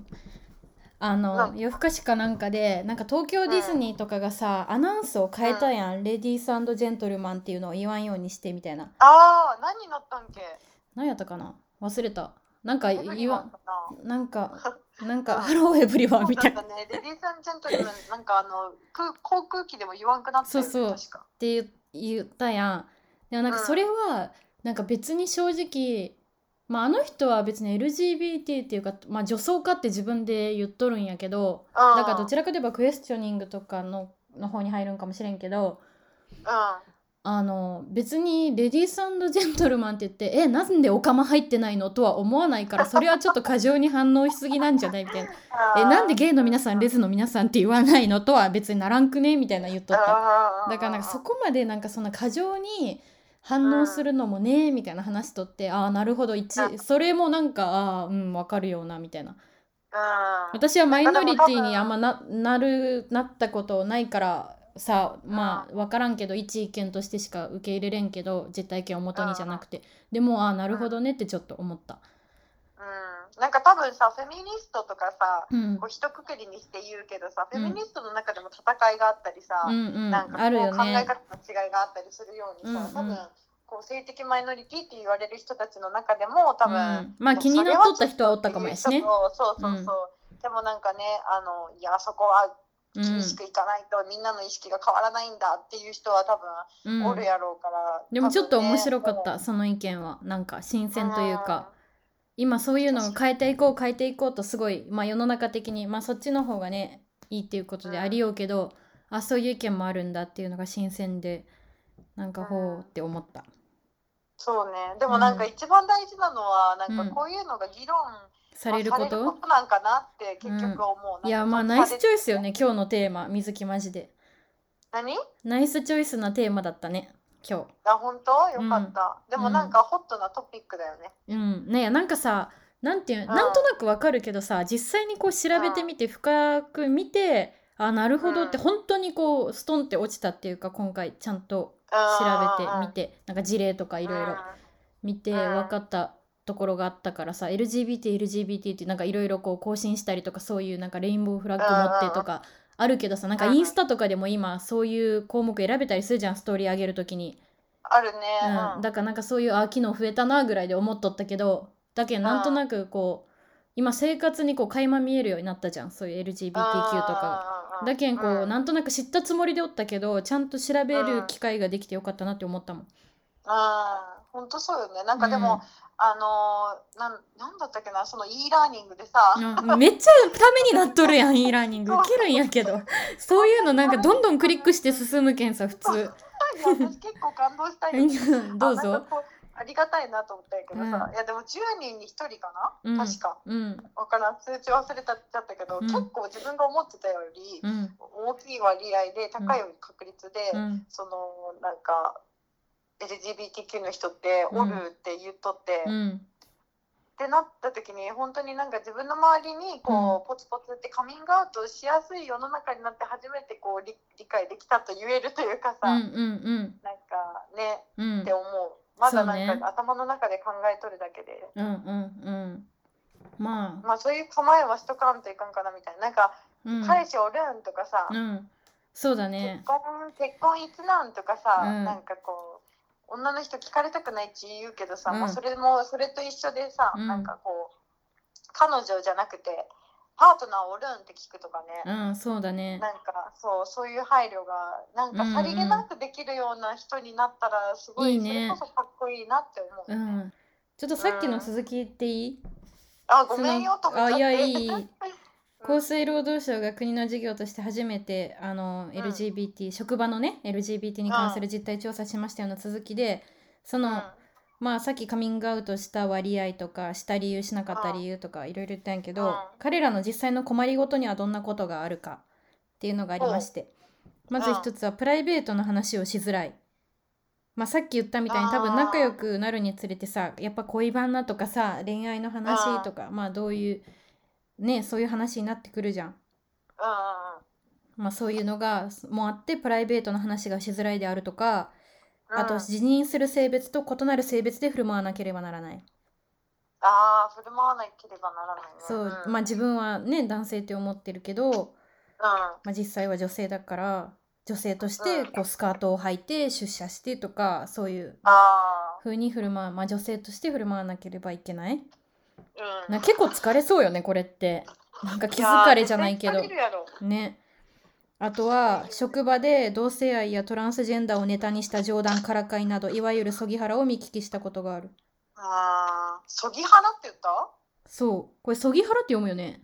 S1: あの
S2: うん
S1: 夜更かしかなんかでなんか東京ディズニーとかがさアナウンスを変えたやん、レディースジェントルマンっていうのを言わんようにしてみたいな
S2: ああ、何になったんけ
S1: 何やったかな忘れたなんか
S2: エブリ
S1: 言
S2: ワン
S1: わ
S2: かな。
S1: なん かなんか
S2: うん
S1: ハローエブリワン
S2: そう
S1: みた
S2: ないん
S1: なっ
S2: かね、レディースジェントルマン、なんかあの、空航空機でも言わんくなったよね
S1: そうそう
S2: 確か。
S1: て言言ったやんでもなんか
S2: うん
S1: それはなんか別に正直まああの人は別に LGBT っていうかまあ女装かって自分で言っとるんやけど
S2: うん、
S1: だからどちらかといえばクエスチョニングとかのの方に入るんかもしれんけどあの別にレディースジェントルマンって言ってえなんでオカマ入ってないのとは思わないからそれはちょっと過剰に反応しすぎなんじゃないみたいな
S2: うん。
S1: えなんでゲイの皆さんレ
S2: ズ
S1: ズの皆さんって言わないのとは別にならんくねみたいな言っとった
S2: た
S1: だからなんかそこまでなんかそんな過剰に反応するのもねみたいな話しとってああなるほど一それもなんかああーうんわかるようなみたいな
S2: うん。
S1: 私はマイノリティにあんまななるなったことないからさまあ分からんけど一意見としてしか受け入れれんけど実体験をもとにじゃなくてでもああなるほどねってちょっと思った。
S2: うん、なんか多分さ、フェミニストとかさ、
S1: うん
S2: こう一括りにして言うけどさ、
S1: う
S2: フ
S1: ん
S2: ェミニストの中でも戦いがあったりさ、
S1: うんうん、
S2: なんか
S1: ある
S2: こう
S1: よ
S2: 考え
S1: ね。
S2: 方の違いがあったりするようにさ、
S1: うんうん
S2: 多分こう性的マイノリティって言われる人たちの中でも多分、
S1: うん、まあ気になっとった人はおったかもやしね。
S2: そうそうそうそう、でもなんかねあのいやそこは厳しくいかないと、みんなの意識が変わらないんだっていう人は多分
S1: うんう
S2: お
S1: ん
S2: る、やろうから、
S1: でもちょっと面白かっ
S2: 多
S1: たその意見はなんか新鮮という
S2: 分ね
S1: か。今そういうのを変えていこう変えていこうとすごい、まあ、世の中的に、まあ、そっちの方がねいいっていうことでありようけど、あそういう意見もあるんだっていうのが新鮮でなんかほうって思った。
S2: そうねでもなんか一番大事なのはな
S1: うんん
S2: かこういうのが議論
S1: されるこ
S2: まあされることとなんかなって結局思う、
S1: いやまあナイスチョイスよね今日のテーマ水木マジで
S2: 何
S1: ナイスチョイスなテーマだったね今
S2: あ本当よかった、でもなんかホットなトピックだよね
S1: 日。うん、ねなんかさなんていう
S2: うん
S1: なんとなくわかるけどさ実際にこう調べてみて深く見てあなるほどって
S2: うん
S1: 本当にこうストンって落ちたっていうか今回ちゃんと
S2: 調
S1: 調べてみてなんか事例とかいろいろ見て
S2: うん
S1: 分かったところがあったからさ LGBTLGBT ってなんかいろいろこう更新したりとかそういうなんかレインボーフラッグ持ってとかあるけどさなんかインスタとかでも今そういう項目選べたりするじゃんストーリー上げるときに、
S2: あるね。
S1: うん、だからなんかそういうあ機能増えたなぐらいで思っとったけどだけどなんとなくこう今生活にこう垣間見えるようになったじゃんそういう LGBTQ とか
S2: か
S1: がだけんこう、
S2: ん、
S1: なんとなく知ったつもりでおったけどちゃんと調べ
S2: う
S1: る
S2: ん
S1: 機会ができてよかったなって思ったもん。
S2: あー本当そうよね。なんかで
S1: うん
S2: も、あのーなんなんだったっけなその e ラーニングで さ、
S1: うんめっちゃためになっとるやん e ラーニング受けるんやけ どそういうのなんかどんどんクリックして進むけんさ普通
S2: いや私結構感動したんよ
S1: ど う
S2: あなん
S1: ぞ
S2: かこうありがたいなと思ったんやけどさ、
S1: うん
S2: いやでも10人に1人か
S1: う
S2: な、
S1: ん
S2: 確か
S1: うん
S2: わからん数値忘れたっちゃったけど、
S1: うん
S2: 結構自分が思ってたより
S1: うん
S2: 大きい割合で高い確率で、
S1: うん
S2: そのなんか LGBTQ の人っておるって言っとって、
S1: う
S2: っ
S1: ん
S2: てなった時に本当になんか自分の周りにこう、ポツポツってカミングアウトしやすい世の中になって初めてこう理理解できたと言えるというかさ、
S1: うんうん
S2: なんかね
S1: うんうん
S2: って思うまだなん
S1: そう
S2: か、
S1: ね
S2: 頭の中で考えとるだけで
S1: うんうんうんまあ
S2: まあそういう構えはしとかんといかんかなみたいななんか、
S1: うん
S2: 彼氏おるんとかさ、
S1: うんそうだ
S2: 結
S1: ね
S2: 婚結婚いつなんとかさ、
S1: うん
S2: なんかこう女の人聞かれたくないって言うけどさ、
S1: うん
S2: もうそれもそれと一緒でさ、
S1: うん
S2: なんかこう彼女じゃなくてパートナーおるんって聞くとか
S1: う
S2: ね、
S1: んそうだね
S2: なんかそうそういう配慮がなんかさりげなくできるような人になったらすごい、
S1: いいね
S2: それこそかっこいいなって思う、
S1: う
S2: ね
S1: んちょっとさっきの続き言っていい
S2: あごめんよ
S1: そ
S2: と思
S1: の
S2: っ
S1: あ
S2: ちゃっ
S1: いや
S2: て
S1: いいいい
S2: うん
S1: 厚生労働省が国の事業として初めてあの
S2: うん
S1: LGBT、職場のね LGBT に関する実態調査しましたような続きでその、まあさっきカミングアウトした割合とかした理由しなかった理由とかいろいろ言ったんやけど、
S2: うん
S1: 彼らの実際の困りごとにはどんなことがあるかっていうのがありまして、まず一つはプライベートの話をしづらい。まあ、さっき言ったみたいに
S2: あー
S1: 多分仲良くなるにつれてさやっぱ恋バナとかさ恋愛の話とかまあどういうねそういう話になってくるじゃん。
S2: う
S1: まあ、そういうのがもうあってプライベートの話がしづらいであるとか
S2: んうんうんう
S1: あ
S2: ん、
S1: と辞任する性別と異なる性別で振る舞わなければならない
S2: あー振る舞わなければならないね
S1: そうまあ自分はね男性って思ってるけど、まあ、実際は女性だから女性としてこうスカートを履いて出社してとかそういう風に振る舞う、まあ、女性として振る舞わなければいけない
S2: うん、あー、うん、
S1: な結構疲れそうよねこれってなんか気づかれじゃないけ
S2: や
S1: ど
S2: ー絶対疲れるやろ
S1: ねあとは職場で同性愛やトランスジェンダーをネタにした冗談からかいなどいわゆるそぎはらを見聞きしたことがある
S2: あーそぎはらって言った
S1: そうこれそぎはらって読むよね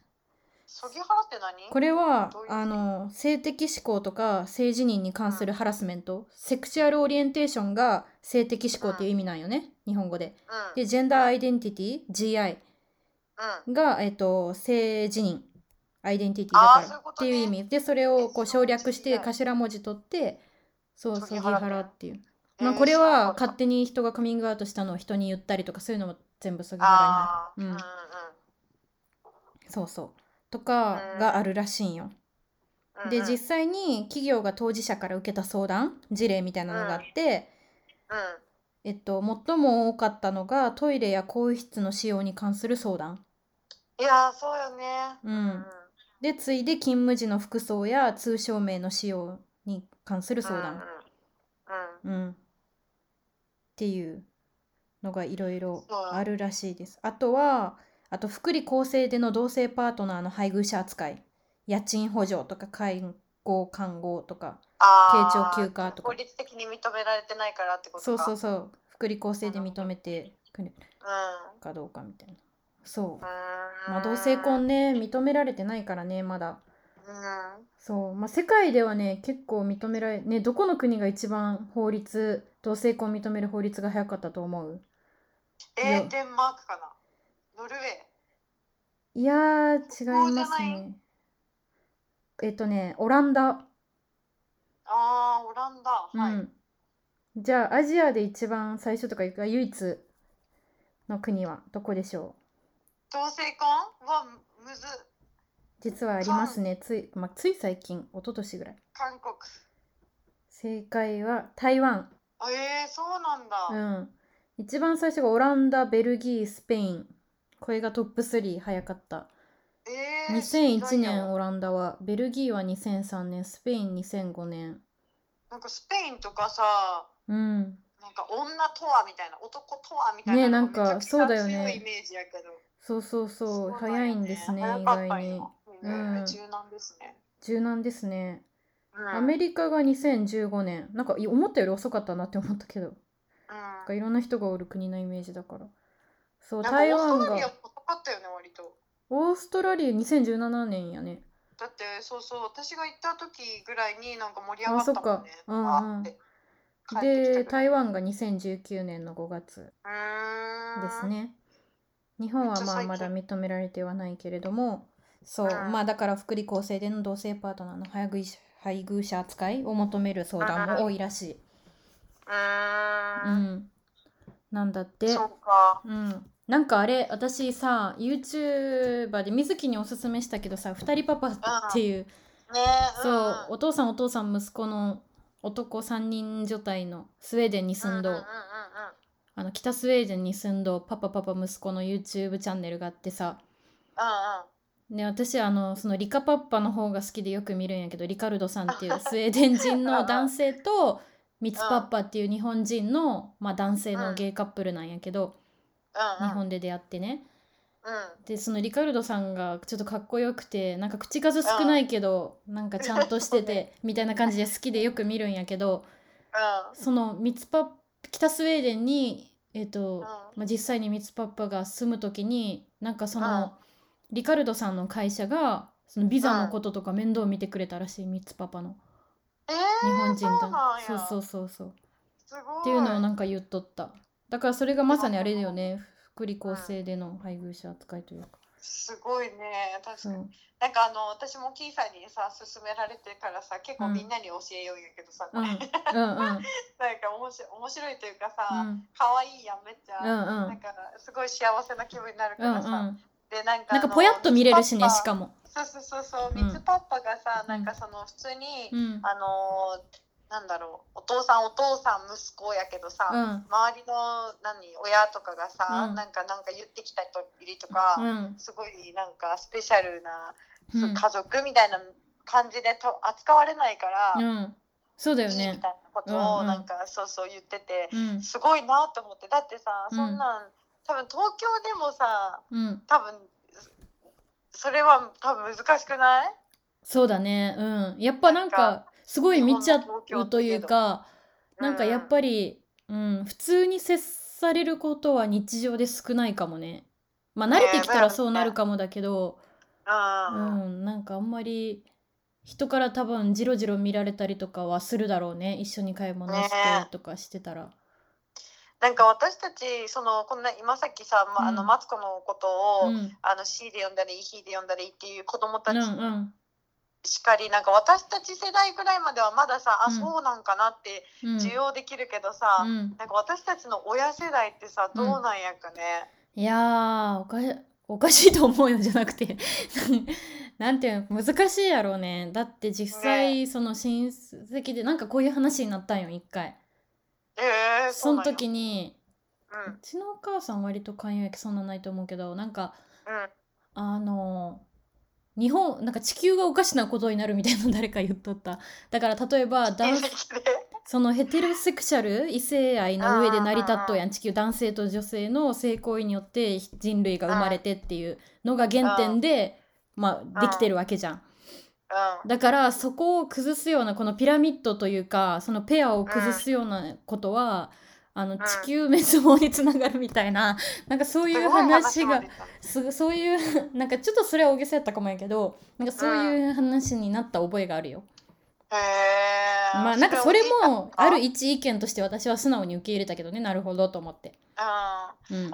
S2: そぎはらって何
S1: これは
S2: どういう意味
S1: あの性的指向とか性自認に関するハラスメント、セクシュアルオリエンテーションが性的指向っていう意味なんよね、日本語で。
S2: うん、
S1: でジェンダーアイデンティティ GI
S2: うん
S1: が、えっと性自認アイデンティティだ
S2: あー
S1: か
S2: そういう
S1: ら
S2: こ
S1: っ
S2: と
S1: て
S2: ね
S1: いう意味でそれをこう省略して
S2: GI
S1: 頭文字取ってそうそ
S2: そ
S1: ぎ
S2: ぎ
S1: は
S2: は
S1: ら
S2: ら
S1: っていう、
S2: えー
S1: まあ、これ
S2: 知ら
S1: は
S2: なかった
S1: 勝手に人がカミングアウトしたのを人に言ったりとかそういうのも全部そぎはらになう
S2: あーうんんうんうん
S1: るそうそうとかがあるらしいんよ。
S2: うん
S1: で
S2: うん
S1: 実際に企業が当事者から受けた相談事例みたいなのがあって、
S2: う
S1: えっと、最も多かったのがトイレや更衣室の使用に関する相談
S2: ん、いやーそうよね
S1: うん
S2: うん
S1: で次いで勤務時の服装や通称名の使用に関する相
S2: うん
S1: 談、
S2: うん
S1: うんっていうのがいろいろあるらしいです。あとはあと福利厚生での同性パートナーの配偶者扱い家賃補助とか介護看護とか
S2: あー
S1: 慶長休暇とか
S2: 法律的に認められてないからってこと
S1: そう
S2: か
S1: そうそう福利厚生で認めてくれ
S2: う
S1: かどうかみたいなそう、
S2: ん
S1: まあ、同性婚ね認められてないからねまだ
S2: うん
S1: そう、まあ、世界ではね結構認められねどこの国が一番法律同性婚認める法律が早かったと思う
S2: え
S1: よ
S2: ー、デンマークかなノルウェー
S1: いやー違いま
S2: そう
S1: す
S2: じゃな
S1: ねえっとねオランダ、
S2: あーオランダはい、
S1: うんじゃあアジアで一番最初とか唯一の国はどこでしょう
S2: 同性婚はむず
S1: 実はありますねつい,、まあ、つい最近一昨年ぐらい
S2: 韓国
S1: 正解は台湾
S2: あえー、そうなんだ、
S1: うん一番最初がオランダ、ベルギー、スペイン。これがトップ3早かった。
S2: えー、
S1: 2001年
S2: を
S1: オランダは、ベルギーは2003年、スペイン2005年。
S2: なんかスペインとかさ
S1: うん。
S2: なんか女とはみたいな男とはみたいな
S1: ねなんか
S2: めちゃくちゃ
S1: そうだよね
S2: 強いイメージやけど
S1: そうそうそう、
S2: だよ
S1: 早いんですね、
S2: 早
S1: 意
S2: かった
S1: 外
S2: ん
S1: に
S2: や。うん
S1: うん
S2: 柔軟ですね、
S1: 柔軟ですね。
S2: うん、
S1: アメリカが2015年。なんかい思ったより遅かったなって思ったけど。なんか
S2: う
S1: いろんな人がおる国のイメージだから。そう、
S2: ん、なんか
S1: 台
S2: オー
S1: 湾
S2: ストラリア
S1: が
S2: も。高かったよね割と
S1: オーストラリア2017年やね。
S2: だってそうそう私が行った時ぐらいになんか盛り上がっ
S1: あそ
S2: たもんね
S1: っかうんうん
S2: わーって帰ってきた
S1: で、
S2: けど
S1: 台湾が2019年の5月
S2: うーん
S1: ですね。日本
S2: めっ
S1: は
S2: ちゃ
S1: まあ
S2: 最近
S1: まだ認められてはないけれども、そう、
S2: うん
S1: まあだから福利厚生での同性パートナーの配偶者配偶者扱いを求める相談も多いらしい。
S2: うー
S1: うんん。なんだって。
S2: そうか
S1: うん、なんかあれ私さ YouTuber で水木におすすめしたけどさ「二人パパ」っていう、
S2: ね
S1: そうお父さんお父さん息子の男3人女体のスウェーデンに住んど、
S2: うんうん
S1: あの北スウェーデンに住んどパパパパ息子の YouTube チャンネルがあってさ
S2: う
S1: ね、私あのそのリカパッパの方が好きでよく見るんやけどリカルドさんっていうスウェーデン人の男性とミツパッパっていう日本人の、まあ、男性のゲイカップルなんやけど、
S2: んうんうんうん
S1: 日本で出会ってね、
S2: うん
S1: でそのリカルドさんがちょっとかっこよくてなんか口数少ないけど、なんかちゃんとしててみたいな感じで好きでよく見るんやけどそのミツパ北スウェーデンに、えっと
S2: うん
S1: まあ、実際にミツパッパが住む時になんかその、
S2: うん
S1: リカルドさんの会社がそのビザのこととか面倒見てくれたらしいミツパパの
S2: え
S1: 日本人
S2: そうな
S1: だ
S2: んや
S1: そうそうそうそう
S2: ー、すごい
S1: っていうのをなんか言っとっただからそれがまさにあれだよね福利厚生での配偶者扱いというか
S2: すごいね確か
S1: そう
S2: になんかあの私もキーさんにさ勧められてからさ結構
S1: うん
S2: みんなに教えようんやけどさ、
S1: うんう
S2: な
S1: う
S2: んん
S1: ん
S2: か面白い面白いというか
S1: う
S2: さ
S1: ん
S2: 可愛、いやんめっちゃ、
S1: うんうん
S2: なんかすごい幸せな気分になるか
S1: うんう
S2: らさ、
S1: ん
S2: でなんか
S1: なんかぽやっと見れるしねし
S2: も
S1: かも
S2: そうそうそうそ
S1: う
S2: う
S1: ん
S2: みつパッパがさ、
S1: ん
S2: なんかその普通に、
S1: うん
S2: あのーなんだろうお父さんお父さん息子やけどさ、
S1: うん
S2: 周りの何親とかがさ、
S1: うん
S2: なんかなんか言ってきたりとか、
S1: うん
S2: すごいなんかスペシャルな、
S1: うん
S2: 家族みたいな感じでと扱われないから、
S1: うんそうだよ
S2: いいみたい
S1: ね
S2: なこと
S1: う
S2: を
S1: んうん
S2: なんかそうそう言ってて、
S1: うん
S2: すごいなと思ってだってさ
S1: うん
S2: そんなん、多分東京でもさ
S1: うん
S2: 多分それは多分難しくない
S1: そうだねうんやっぱなんかすごい見ちゃうというかなんかやっ
S2: り、
S1: ぱり、うん、普通に接されることは日常で少ないかもね。まあ慣れてきたらそうなるかもだけど、う
S2: うん
S1: ん、なんかあんまり人から多分ジロジロ見られたりとかはするだろうね。一緒に買い物して
S2: ね
S1: とかしてたら。
S2: なんか私たちそのこんな今さっきさ、まあ、あ
S1: う
S2: の
S1: ん
S2: マツコのことを、
S1: うん、
S2: あの C で読んだり E で読んだりっていう子供た
S1: う
S2: ち
S1: ん、うん、
S2: しかり、なんか私たち世代ぐらいまではまださ、
S1: うん
S2: あそうなんかなって
S1: うん、
S2: 需要できるけどさ、
S1: うん。
S2: なんか私たちの親世代ってさどうなんやかね、
S1: いやー、おかしおかしいと思うよじゃなくて なんていうの難しいやろうねだって実際その親戚でなんかこういう話になったんよ一回
S2: えー、
S1: その
S2: う
S1: 時に
S2: なんや
S1: うちのお母さん割と寛容やけどそんなないと思うけどなんか
S2: うんうん
S1: あの日本なんか地球がおかしなことになるみたいなの誰か言っとっただから例えば男そのヘテロセクシャル異性愛の上で成り立っとうやん地球男性と女性の性行為によって人類が生まれてっていうのが原点で、まあ、できてるわけじゃん
S2: う
S1: だからそこを崩すようなこのピラミッドというかそのペアを崩すようなことは、あの
S2: ん
S1: 地球滅亡につながるみたいな なんかそうい
S2: ん
S1: う
S2: すごい
S1: 話
S2: ま
S1: が
S2: でしたね
S1: すそういう なんかちょっとそれは大げさやったかもやけどなんかそういう話になった覚えがあるよ。
S2: へえ
S1: まあなんかそれもある
S2: うん、
S1: 一意見として私は素直に受け入れたけどねなるほどと思って。うん、
S2: 私もね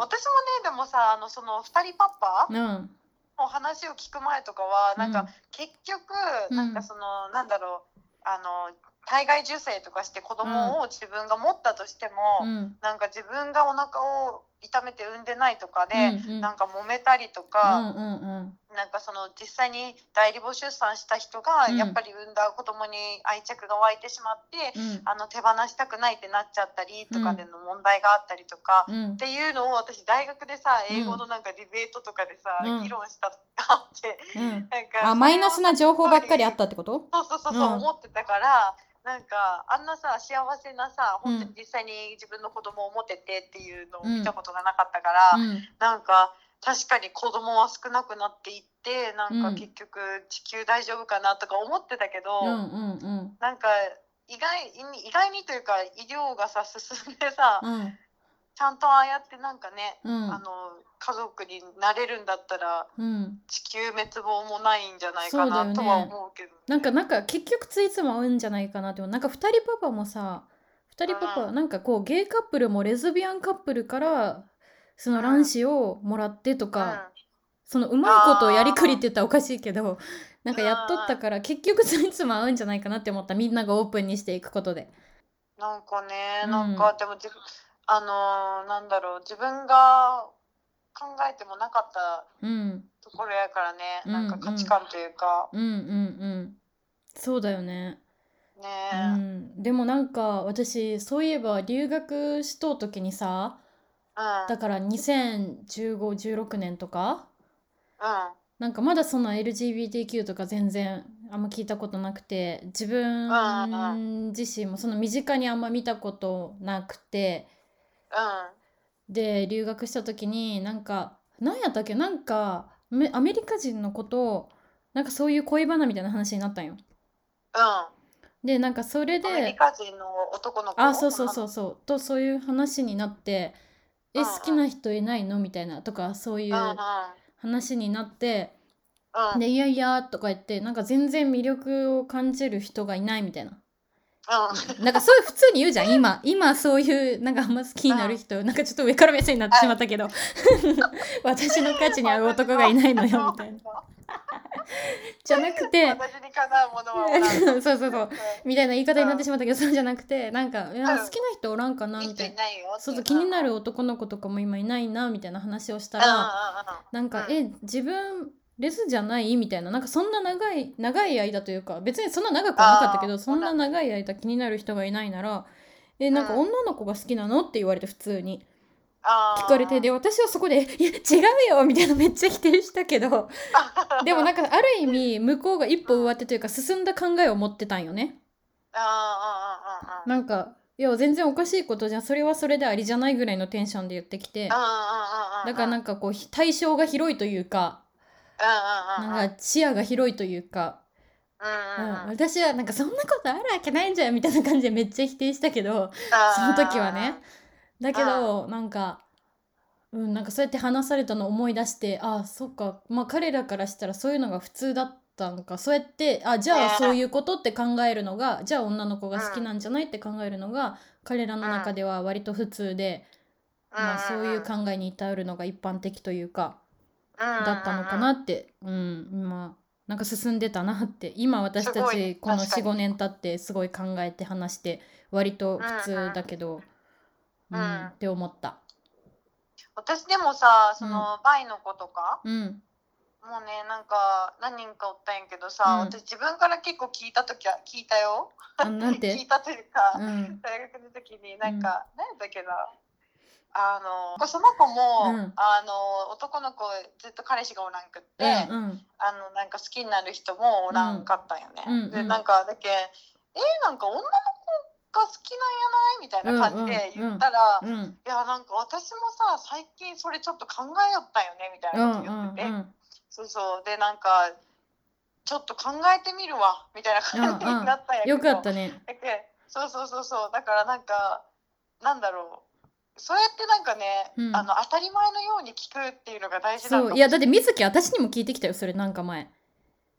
S2: でもさあのその二人パパ
S1: うん、
S2: の話を聞く前とかはなんか、結局
S1: うん
S2: なんかその、なんだろうあの体外受精とかして子供を自分が持ったとしても、
S1: うん
S2: なんか自分がお腹を痛めて産んでないとかで、
S1: うんうん
S2: なんか揉めたりとか、
S1: うんうんうん
S2: なんかその実際に代理母出産した人が
S1: うん
S2: やっぱり産んだ子供に愛着が湧いてしまって、
S1: うん
S2: あの手放したくないってなっちゃったりと
S1: う
S2: か
S1: ん
S2: での問題があったりとか、
S1: うん
S2: っ、ていうのを私大学でさ
S1: うん
S2: 英語のなんかディベートとかでさ、
S1: うん
S2: 議論したとかあって、
S1: うん、
S2: なんか
S1: あマイナスな情報ばっかりあったってこと
S2: そうそうそうそう
S1: うん
S2: 思ってたから、なんかあんなさ幸せなさ
S1: うん
S2: 本当に実際に自分の子供を持ててっていうのを
S1: うん
S2: 見たことがなかったから、
S1: うん
S2: なんか確かに子供は少なくなっていってなん
S1: う
S2: か
S1: ん
S2: 結局地球大丈夫かなとか思ってたけど、
S1: うんうんうん
S2: なんか意外に意外にというか医療がさ進んでさ、
S1: うん
S2: ちゃんとああやってなんかね、
S1: うん
S2: あの家族になれるんだったら
S1: うん
S2: 地球滅亡もないんじゃないかな、
S1: そうだよね
S2: とは思うけど。
S1: なんかなんか結局ついつも合うんじゃないかなって思うなんか2人パパもさ2人パ
S2: う
S1: パ
S2: ん
S1: なんかこうゲイカップルもレズビアンカップルからその
S2: ん
S1: 卵子をもらってと
S2: うん
S1: か、そのうまいことをやりくりって言ったらおかしいけどなんかやっとったから結局ついつも合うんじゃないかなって思ったみんながオープンにしていくことで。
S2: なんかね、
S1: うん
S2: なんかでも自分あのーなんだろう自分が考えてもなかった
S1: うん
S2: ところやからね、
S1: うん
S2: なんか価値観というか、
S1: うんうんうんそうだよね、
S2: ね
S1: うん、でもなんか私そういえば留学しとう時にさ
S2: うん
S1: だから201516年とか
S2: うん
S1: なんかまだその LGBTQ とか全然あんま聞いたことなくて自
S2: うんう
S1: 分自身もその身近にあんま見たことなくてで留学した時になんか何やったっけなんかめアメリカ人の子となんかそういう恋バナみたいな話になったんよ。
S2: う
S1: でなんかそれ
S2: ん、アメ
S1: で
S2: リカ人の男の子
S1: あそうそうそううそうとそういう話になって「え
S2: うん
S1: 好きな人いないの?」みたいなとかそうい
S2: んうんうん
S1: う話になって。
S2: うん
S1: で「いやいや」とか言ってなんか全然魅力を感じる人がいないみたいななんかそういう普通に言うじゃん今今そういうなんかあんま好きになる人なんかちょっと上から目線になってしまったけど 私の価値に合う男がいないのよみたい なじゃなくて
S2: 私にかなうものはお らん
S1: そうそうそうみたいな言い方になってしまったけどそうじゃなくてなんか「いや
S2: うん
S1: 好きな人おらんかな」
S2: いい
S1: み
S2: 人
S1: たい
S2: い
S1: な
S2: ないよ
S1: そうそう気にな
S2: うん
S1: る男の子とかも今いないなみたいな話をした
S2: うんうん
S1: ら。なんか、
S2: うん
S1: え自分レズじゃないみたいななんかそんな長い長い間というか別にそんな長くはなかったけ
S2: あ
S1: ど
S2: ー
S1: そんな長い間気になる人がいないなら「えなんか
S2: うん
S1: 女の子が好きなの?」って言われて普通に
S2: あー
S1: 聞かれてで私はそこで「いや違うよ」みたいなめっちゃ否定したけ どでもなんかある意味向こうが一歩上手というか進んだ考えを持ってたんよね。
S2: あーうんうんうんうん
S1: なんかいや全然おかしいことじゃんそれはそれでありじゃないぐらいのテンションで言ってきてだ
S2: だ
S1: からなん
S2: か、
S1: かこう対象が広いというか
S2: うんうんうんうん、
S1: なんか視野が広いというか
S2: うん
S1: うん
S2: うんうん、
S1: 私はなんかそんなことあるわけないじゃんみたいな感じでめっちゃ否定したけどその時はねだけどなんか、うん、なんかそうやって話されたのを思い出してあそっかまあ彼らからしたらそういうのが普通だったんかそうやってあじゃあ
S2: ね
S1: そういうことって考えるのがじゃあ女の子が好きなんじゃないって考えるのが彼らの中では割と普通で、
S2: んんん
S1: まあ、そういう考えに至るのが一般的というかだったのかなって、うん、今なんか進んでたなって今私た
S2: すご
S1: ち
S2: い
S1: この
S2: 確
S1: 45
S2: かに
S1: 年経ってすごい考えて話して割と普通だけど、う
S2: うんんうんうん
S1: って思った。
S2: 私でもさその、バイの子とか
S1: うん、
S2: もうねなんか何人かおったんやけどさ、
S1: うん
S2: 私自分から結構聞いた時は聞いたよ
S1: あなん
S2: 聞
S1: て
S2: い、たというか、
S1: うん、
S2: 大学の時になんか、何だっけなあのその子も、
S1: うん
S2: あの男の子ずっと彼氏がおらんくって、
S1: うんうん
S2: あのなんか好きになる人もおらんかったんよね。
S1: うんうん
S2: でなんかだけ「えなんか女の子が好きなんやない?」みたいな感じで
S1: うんうんうん
S2: 言ったら「
S1: うんうん
S2: いやなんか私もさ最近それちょっと考えよったんよね」みたいうなこと
S1: ん
S2: 言ってて、
S1: うん
S2: そうそうでなんか「ちょっと考えてみるわ」みたいな感じになったんやけど、
S1: よかったね。
S2: だけそうそうそうそうだからなんかなんだろうそうやってなんかね、
S1: うん
S2: あの当たり前のように聞くっていうのが大事なの
S1: そういやだって水木私にも聞いてきたよそれなんか前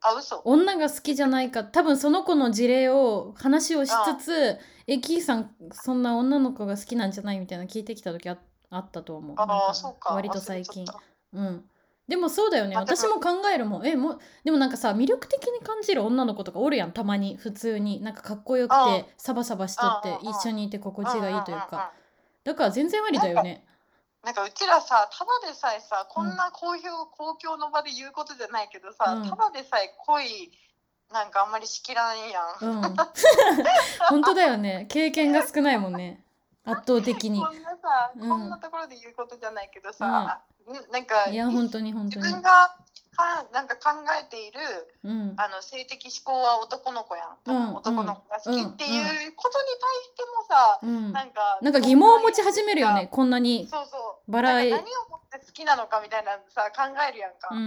S2: あ嘘
S1: 女が好きじゃないか多分その子の事例を話をしつつ、えキーさんそんな女の子が好きなんじゃないみたいな聞いてきた時ああったと思うなん
S2: あ
S1: か
S2: あそうか
S1: 割と最近
S2: 忘れちゃった
S1: うんでもそうだよね
S2: あでも
S1: 私も考えるもんえもうでもなんかさ魅力的に感じる女の子とかおるやんたまに普通になんかかっこよく
S2: うん
S1: てサバサバしとって
S2: うんうんうん
S1: 一緒にいて心地がいいというか
S2: ん
S1: だから全然ありだよね
S2: なんかうちらさただでさえさこんな公表、公共の場で言うことじゃないけどさ、
S1: うん
S2: ただでさえ恋なんかあんまりしきらんやん。
S1: うん 本当だよね経験が少ないもんね圧倒的に
S2: こんなさ、
S1: うん
S2: こんなところで言うことじゃないけどさ、んなんか
S1: いや本当に本
S2: 自
S1: 当に
S2: 分がかなんか考えている
S1: うん
S2: あの性的指向は男の子やん、
S1: うん
S2: 男の子が好きってい
S1: う
S2: う
S1: ん
S2: ことに対してもさ、
S1: うん
S2: なんか
S1: なんか疑問を持ち始めるよねこんなに
S2: そうそう
S1: バラエ
S2: なんか何をもって好きなのかみたいなのさ考えるやんか、
S1: うんう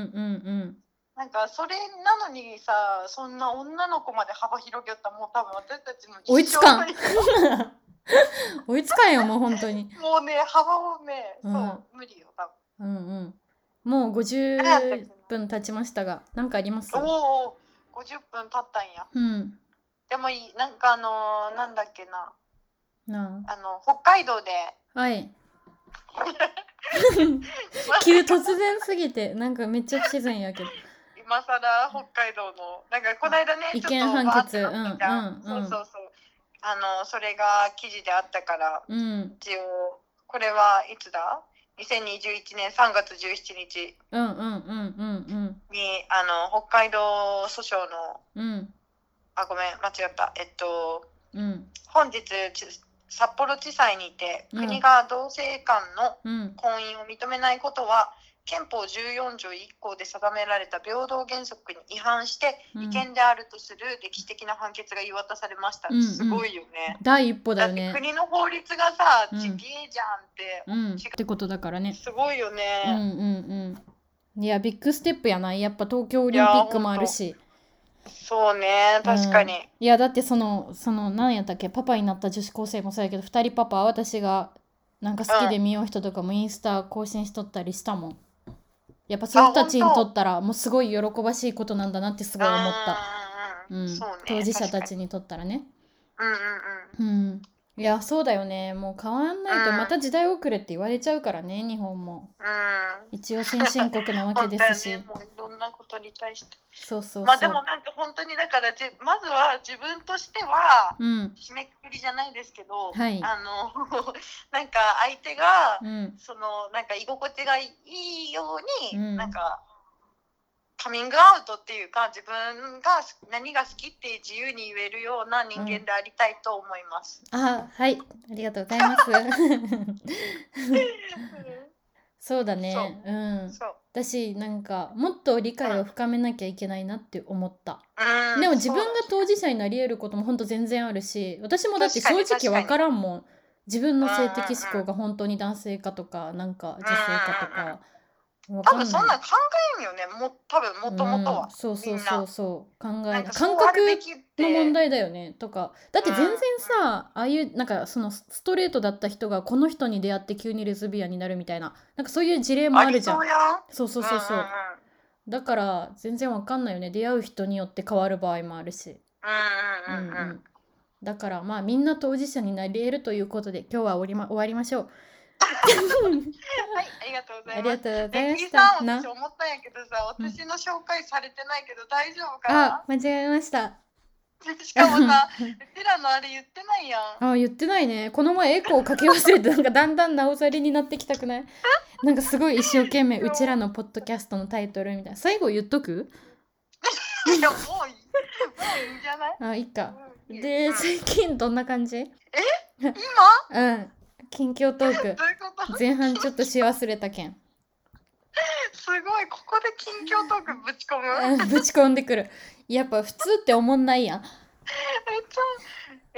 S1: ん
S2: なんかそれなのにさそんな女の子まで幅広げよったらもう多分私たちの
S1: 追いつかん
S2: 一
S1: うん追いつかんよもう本当に
S2: 生もうね 幅をね、
S1: うん
S2: そう無理よ多分
S1: うんうんもう50分経ちましたが何かあります
S2: おお50分経ったんや
S1: うん
S2: でもいいなんかあのーなんだっけな
S1: な
S2: あの北海道で
S1: あはい 急突然すぎてなんかめっちゃ不自然やけど
S2: 今更北海道のなんかこの間ね
S1: 違
S2: ちょっ
S1: 憲
S2: と
S1: 判
S2: わーっ
S1: 決
S2: てなったじゃん
S1: うんうんうん
S2: そうそうそうあのそれが記事であったから
S1: うん
S2: 一応これはいつだ2021年3月17日
S1: うんうんうんうん
S2: にあの北海道訴訟の
S1: うんうん
S2: あごめん間違ったえっと
S1: うん
S2: 本日ち札幌地裁にて
S1: うん
S2: 国が同性間の
S1: うん
S2: 婚姻を認めないことは憲法14条1項で定められた平等原則に違反して
S1: うん
S2: 違憲であるとする歴史的な判決が言い渡されました、
S1: うんうん
S2: すごいよね。
S1: 第一歩だ
S2: だ
S1: よ
S2: って
S1: ね
S2: 国の法律がさ
S1: うん
S2: ちげえじゃんって、
S1: うんってことだからね
S2: すごいよ
S1: うん
S2: ね、
S1: うんうんいやビッグステップやないやっぱ東京オリンピックもあるし
S2: そうね確かに、
S1: いやだってそのその何やったっけパパになった女子高生もそうやけど2人パパ私がなんか好きで見よう人とかもインスタ更新しとったりしたもんやっぱそういう人たちにとったらもうすごい喜ばしいことなんだなってすごい思った、う
S2: う
S1: ん
S2: うんうんんそうね
S1: 当事者た
S2: 確かに
S1: ちにとったらね
S2: うんうん
S1: うんいやそうだよねもう変わんないと
S2: うん
S1: また時代遅れって言われちゃうからね日本も
S2: うんうん
S1: 一応先進国なわけ
S2: 本
S1: で
S2: 当や
S1: す
S2: ね
S1: し
S2: もういろんなことに対して
S1: そうそうそう、
S2: まあでもなんか本当にだからじまずは自分としては
S1: うん
S2: 締めくくりじゃないですけど、
S1: はい
S2: あの なんか相手が、
S1: うん
S2: そのなんか居心地がいいように、
S1: うん
S2: なんかカミングアウトっていうか自分が何が好きって自由に言えるような人間でありたいと思います。
S1: あはいありがとうございます そうだねうん
S2: そう
S1: だしなんかもっと理解を深めなきゃいけないなって思った、
S2: うん
S1: でも自分が
S2: そう
S1: 当事者になり得ることもほんと全然あるし私もだって正
S2: 確かに確か
S1: 直
S2: に
S1: わからんもん自分の性的思考が本当に男性かとかなんか女性かとかわ
S2: 多
S1: かんない
S2: 分そんなん考えんよねも多分もともと
S1: う
S2: は
S1: ん。そうそう
S2: みんな
S1: そうそう考
S2: な
S1: え
S2: んかそう
S1: 感
S2: あ
S1: 覚
S2: るべきって
S1: の問題だよねとかだって全然さ、ああいうなんかそのストレートだった人がこの人に出会って急にレズビアンになるみたいななんかそういう事例もあるじゃん
S2: りそうやん
S1: そうそうそうそう、
S2: んんん
S1: だから全然わかんないよね出会う人によって変わる場合もあるし、
S2: うんうんうんうん
S1: だからまあみんな当事者になり得るということで今日は終わりま終わりましょう
S2: はい、ありがとうござ
S1: あ
S2: い
S1: り
S2: ま
S1: が
S2: す。
S1: とうござい
S2: レ
S1: ま
S2: ギ
S1: し
S2: さ
S1: た
S2: ん、
S1: な
S2: 私思ったんやけどさ、私の紹介されてないけど大丈夫か
S1: あ
S2: な、
S1: 間違えました
S2: しかも さ、うちらのあれ言ってないやん。
S1: あ言ってないねこの前エコーかけ忘れてなんかだんだんなおざりになってきたくないなんかすごい一生懸命うちらのポッドキャストのタイトルみたいな最後言っとく
S2: いや、もういい。もういいんじゃない
S1: あいいか
S2: うん
S1: で
S2: うん
S1: 最近どんな感じ
S2: 今
S1: うん近況トーク
S2: どういうこと
S1: 前半ちょっとし忘れたけん
S2: すごい、ここで近況トークぶち込む。め
S1: う
S2: っ
S1: んぶち込んでくるやっぱ普通って思んないやん
S2: ちゃ。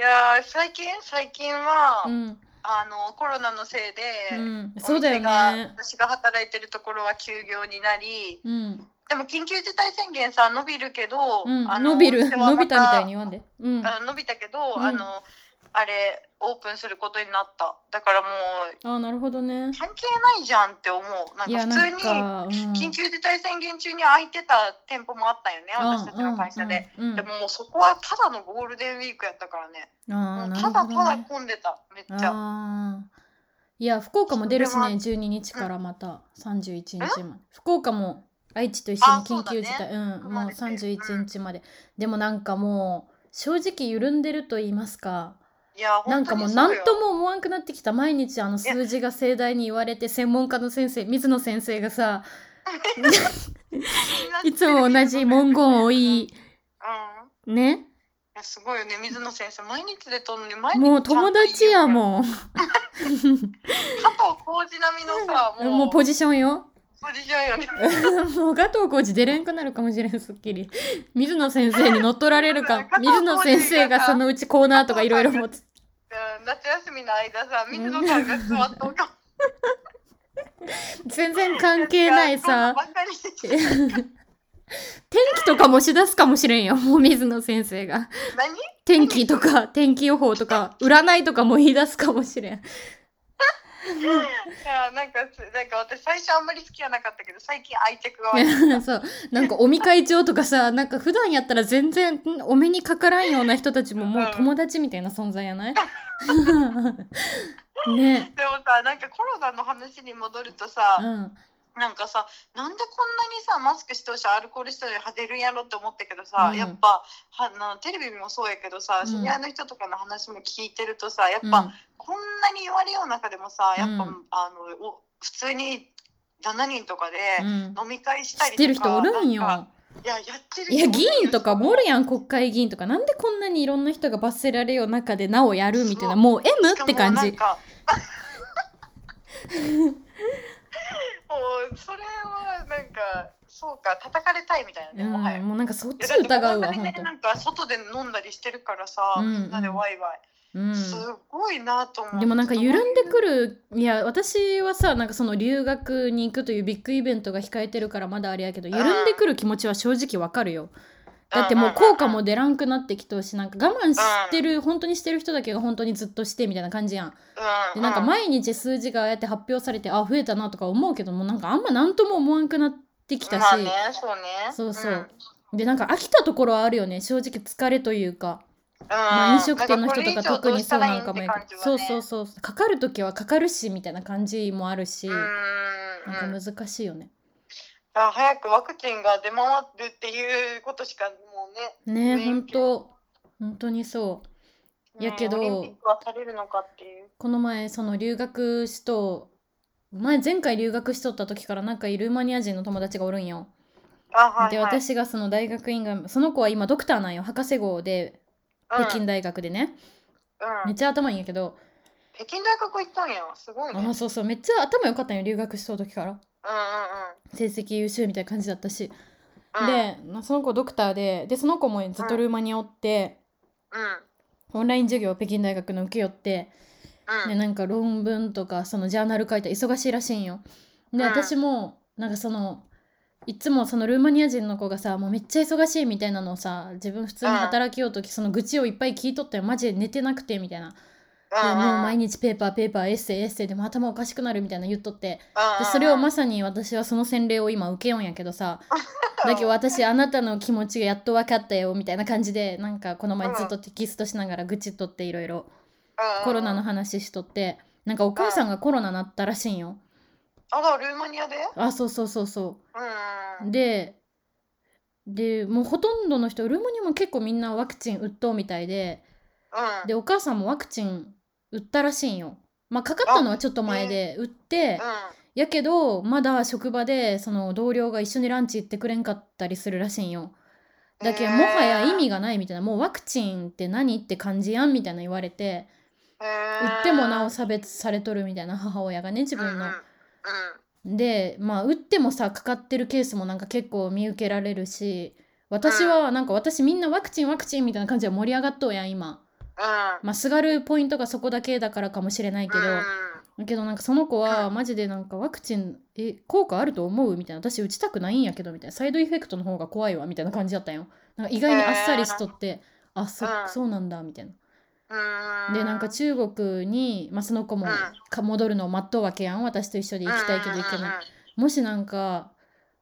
S2: いやー、最近、最近は、
S1: うん
S2: あの、コロナのせいで、
S1: うん
S2: お店が
S1: そうだよね
S2: 私が働いてるところは休業になり、
S1: うん
S2: でも緊急事態宣言さ伸びるけど、
S1: うん
S2: あの
S1: 伸びる
S2: お店は
S1: 伸びたみたい
S2: ま
S1: に言わんでうん
S2: あ伸びたけど、
S1: うん
S2: あのあれオープンすることになっただからもう
S1: あなるほどね
S2: 関係ないじゃんって思うなん
S1: い
S2: か
S1: や
S2: 普
S1: なん
S2: 通
S1: か
S2: に緊急事態宣言中に空いてた店舗もあったよね私たちの会社で、
S1: うんうんうん
S2: でももうそこはただのゴールデンウィークやったからね
S1: あ
S2: も
S1: ー
S2: う
S1: なる
S2: た
S1: ほ
S2: だ
S1: ど
S2: ただ
S1: ね
S2: 混んでためっちゃ
S1: ああいや福岡も出るし
S2: それは
S1: ね12日からまた31日まで福岡も愛知と一緒に緊急事態う,、ん
S2: 含
S1: も
S2: ま
S1: う
S2: れてる
S1: 31日まで、でもなんかもう正直緩んでると言いますか
S2: いや
S1: なんかもう
S2: 本当に
S1: 何
S2: そ
S1: と
S2: よ
S1: も思わんくなってきた毎日あの数字が盛大に言われて専門家の先生水野先生がさいつも同じ文言を言い
S2: うん
S1: ね
S2: いやすごいよね水野先生毎日でとんのに毎日
S1: もう友達や
S2: ん
S1: もん
S2: 加藤浩次並みのさもう
S1: もうポジションよ
S2: ポジションよね
S1: もう加藤浩次出れんくなるかもしれんすっきり水野先生に乗っ取られるか
S2: 加藤浩
S1: 水野
S2: 次がさ
S1: 先生がそのうちコーナーとかいろいろ持つ
S2: うん夏休みの間さ水野さんが座っとるかも
S1: 全然関係ないさ
S2: ばっかりして
S1: 天気とかもし出すかもしれんよもう水野先生が
S2: 何
S1: 天気とか天気予報とか占いとかも言い出すかもしれん
S2: いやなんかすなんか私最初あんまり好きじゃなかったけど最近愛着が湧いてき
S1: そうなんか尾身会長とかさなんか普段やったら全然んお目にかからんような人たちももう友達みたいな存在や ないね
S2: たでもさなんかコロナの話に戻るとさ、
S1: うん
S2: なんかさなんでこんなにさマスクしてほしアルコールしてほし派出るんやろって思ったけどさ、
S1: うん
S2: やっぱはなテレビもそうやけどさ
S1: うん
S2: 知り合いの人とかの話も聞いてるとさやっ
S1: うん
S2: ぱ、こんなに言われよう中でもさやっぱ、
S1: うん
S2: あのお普通に7人とかで
S1: うん
S2: 飲み会した
S1: 知
S2: り
S1: っ
S2: と
S1: てる
S2: か、
S1: 人おるんよ
S2: なんかいややってる
S1: いや議員とかもおる
S2: や
S1: やん国会議員とかなんでこんなにいろんな人が罰せられよう中でなおやるみたいなもう M
S2: しか
S1: って
S2: も
S1: 感
S2: なん
S1: じ
S2: か もうそれはなんかそうか叩かれたいみたいなね、
S1: うん
S2: もはや。
S1: もうなんかそっ
S2: いや
S1: ち
S2: だって
S1: 疑うわ
S2: こんな
S1: 本
S2: にねなんか外で飲んだりしてるからさ、
S1: うん
S2: みんなでワイワイ、
S1: 当うん
S2: すごいなと思う
S1: でもなんか緩んでくるいや私はさなんかその留学に行くというビッグイベントが控えてるからまだあれやけど緩んでくる気持ちは正直わかるよだってもう効果も出らんくなってきとうしなんか我慢してる本当にしてる人だけが本当にずっとしてみたいな感じやん
S2: う
S1: でなんか毎日数字がああやって発表されてあ増えたなとか思うけどもなんかあんま何とも思わんくなってきたし
S2: まあねそうね
S1: そうそうん
S2: ん
S1: でなんか飽きたところはあるよね正直疲れというかまあ、飲食店の人とか特にそうなんかもやけど、そうそう
S2: そ
S1: そうかかる時はかかるしみたいな感じもあるし、
S2: うん
S1: な
S2: うん
S1: んか難しいよね。
S2: あ早くワクチンが出回るっていうことしかもうね
S1: ね
S2: ね
S1: え本当本当にそう
S2: うん
S1: やけど
S2: オリンピックはされるのかっていう
S1: この前その留学しと前前回留学しとった時からなんかルーマニア人の友達がおるんよ。
S2: あはい、はい、
S1: で私がその大学院がその子は今ドクターなんよ博士号で北
S2: うん
S1: 京大学でね、
S2: うん
S1: めっちゃ頭いいんやけど、
S2: 北京大学行ったんやすごいねうんうんう
S1: あ
S2: ん
S1: そうそうめっちゃ頭良かったんよ留学しとった時から成績優秀みたいな感じだったし。
S2: うん
S1: でまあその子ドクターででその子もずっとルーマニアおって、
S2: うん
S1: オンライン授業を北京大学の受けよって
S2: うん
S1: でなんか論文とかそのジャーナル書いたり忙しいらしいんよ。で
S2: うん
S1: 私もなんかそのいつもそのルーマニア人の子がさもうめっちゃ忙しいみたいなのをさ自分普通に働きようときその愚痴をいっぱい聞いとったよマジで寝てなくてみたいなでもう毎日ペーパーペーパーエッセイエッセイでもう頭おかしくなるみたいな言っとってでそれをまさに私はその洗礼を今受けようんやけどさだけど私あなたの気持ちがやっと分かったよみたいな感じでなんかこの前ずっとテキストしながら愚痴っとっていろいろコロナの
S2: 話
S1: 話しとってなんかお母さんがコロナなったらしいんよ
S2: あらルーマニアで
S1: あそうそうそうそ
S2: うん
S1: うででもうほとんどの人ルーマニアも結構みんなワクチン打っとうみたいで
S2: うん
S1: でお母さんもワクチン打ったらしいんよまあかかったのはちょっと前で打って、やけどまだ職場でその同僚が一緒にランチ行ってくれんかったりするらしいんよだけどもはや意味がないみたいなもうワクチンって何って感じやんみたいな言われて
S2: 売
S1: 打ってもなお差別されとるみたいな母親がね自分の
S2: うんうん
S1: でまあ打ってもさかかってるケースもなんか結構見受けられるし私はなんか私みんなワクチンワクチンみたいな感じで盛り上がっとうやん今まあすがるポイントがそこだけだからかもしれないけど、だけどなんかその子はマジでなんかワクチンえ効果あると思うみたいな私打ちたくないんやけどみたいなサイドエフェクトの方が怖いわみたいな感じだったんよなんか意外にあっさりしとって、あそ,、
S2: うん
S1: そうなんだみたいな
S2: うんうん
S1: でなんか中国に、まあ、その子も
S2: うん
S1: か戻るのを待っとうわけやん私と一緒で行きたいけど行けない
S2: い
S1: もしなんか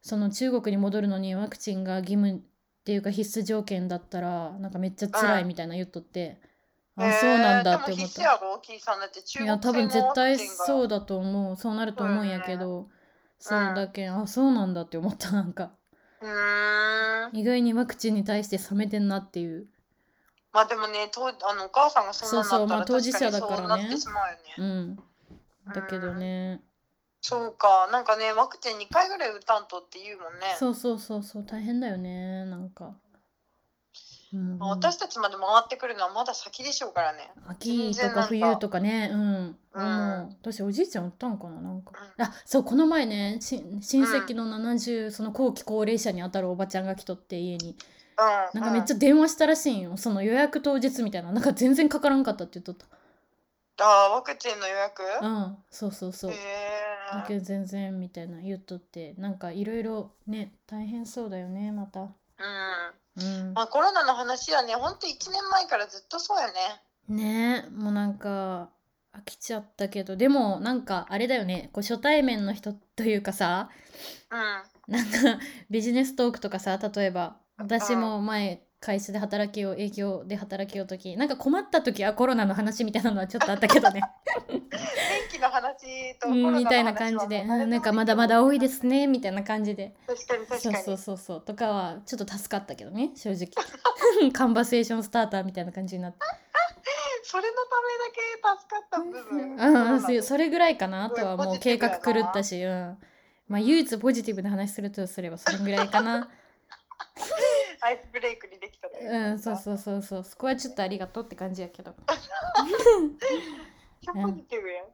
S1: その中国に戻るのにワクチンが義務っていうか必須条件だったらなんかめっちゃ辛いみたいな言っとって、あそうなんだって思った
S2: でも必死やろキーさんだって中
S1: い
S2: 国
S1: や多分絶対そううだと思うそうなると思うんやけど、そう
S2: うん
S1: だけんあそうなんだって思ったなんか
S2: うん
S1: 意外にワクチンに対して冷めてんなっていう
S2: まあでもねとあのお母さんがそんな
S1: そうそ
S2: ん
S1: う
S2: な
S1: まあ
S2: ったら
S1: 当事
S2: 確か
S1: 者
S2: に
S1: だ
S2: そ
S1: からね
S2: うなってしまうよね。
S1: うん。だけどね。
S2: そうかなんかねワクチン2回ぐらい打たんとって言うもんね。
S1: そうそうそうそう、大変だよね、なんか。うん、
S2: まあ私たちまで回ってくるのはまだ先でしょうからね。
S1: 秋と
S2: 全然なん
S1: か
S2: か
S1: 冬とかね、うん。
S2: うん
S1: もう私、おじいちゃん売ったんかな、なんか。
S2: う
S1: あ、そう、この前ね、し親戚の70、その後期高齢者にあたるおばちゃんが来とって、家に。
S2: ん、
S1: なんかめっち
S2: ゃ、
S1: ゃ電話したらしいんよ、その予約当日みたいな。なんか全然かからんかったって言っとった。
S2: あーワクチンの予約、
S1: うん、そうそうそう
S2: へ。
S1: だ
S2: え
S1: けど全然みたいな言っとって、なんかいろいろね、大変そうだよね、また。
S2: う
S1: うん
S2: ん、まあ、コロナの話はねほんと1年前からずっとそうよね。
S1: ねえもうなんか飽きちゃったけどでもなんかあれだよねこう初対面の人というかさ
S2: うん
S1: なんかビジネストークとかさ例えば私も前会社で働きを営業で働きよう時なんか困った時はコロナの話みたいなのはちょっとあったけど ね
S2: 天気の話とコロナの話はもう
S1: みたいな感じで
S2: 誰も
S1: うんなんかまだまだ多いで
S2: き
S1: すねみたいな感じで
S2: る。確かに確
S1: そ
S2: か
S1: う
S2: に。
S1: そうそうそうとかはちょっと助かったけどね正直 カンバセーションスターターみたいな感じになって
S2: それのためだけ助かっ
S1: う
S2: た部分。
S1: ん、
S2: そうな
S1: そ
S2: の
S1: うそれぐらいかなあ
S2: すごい
S1: とはもう
S2: ポジテ
S1: 計
S2: ィブやな
S1: 画狂ったし、うん、まあ唯一ポジティブな話するとすればそれぐらいかな
S2: アイスブレイクにできた というか
S1: んそうそうそうそうそこはちょっとありがとうって感じやけど、
S2: めっちゃポジティブやん。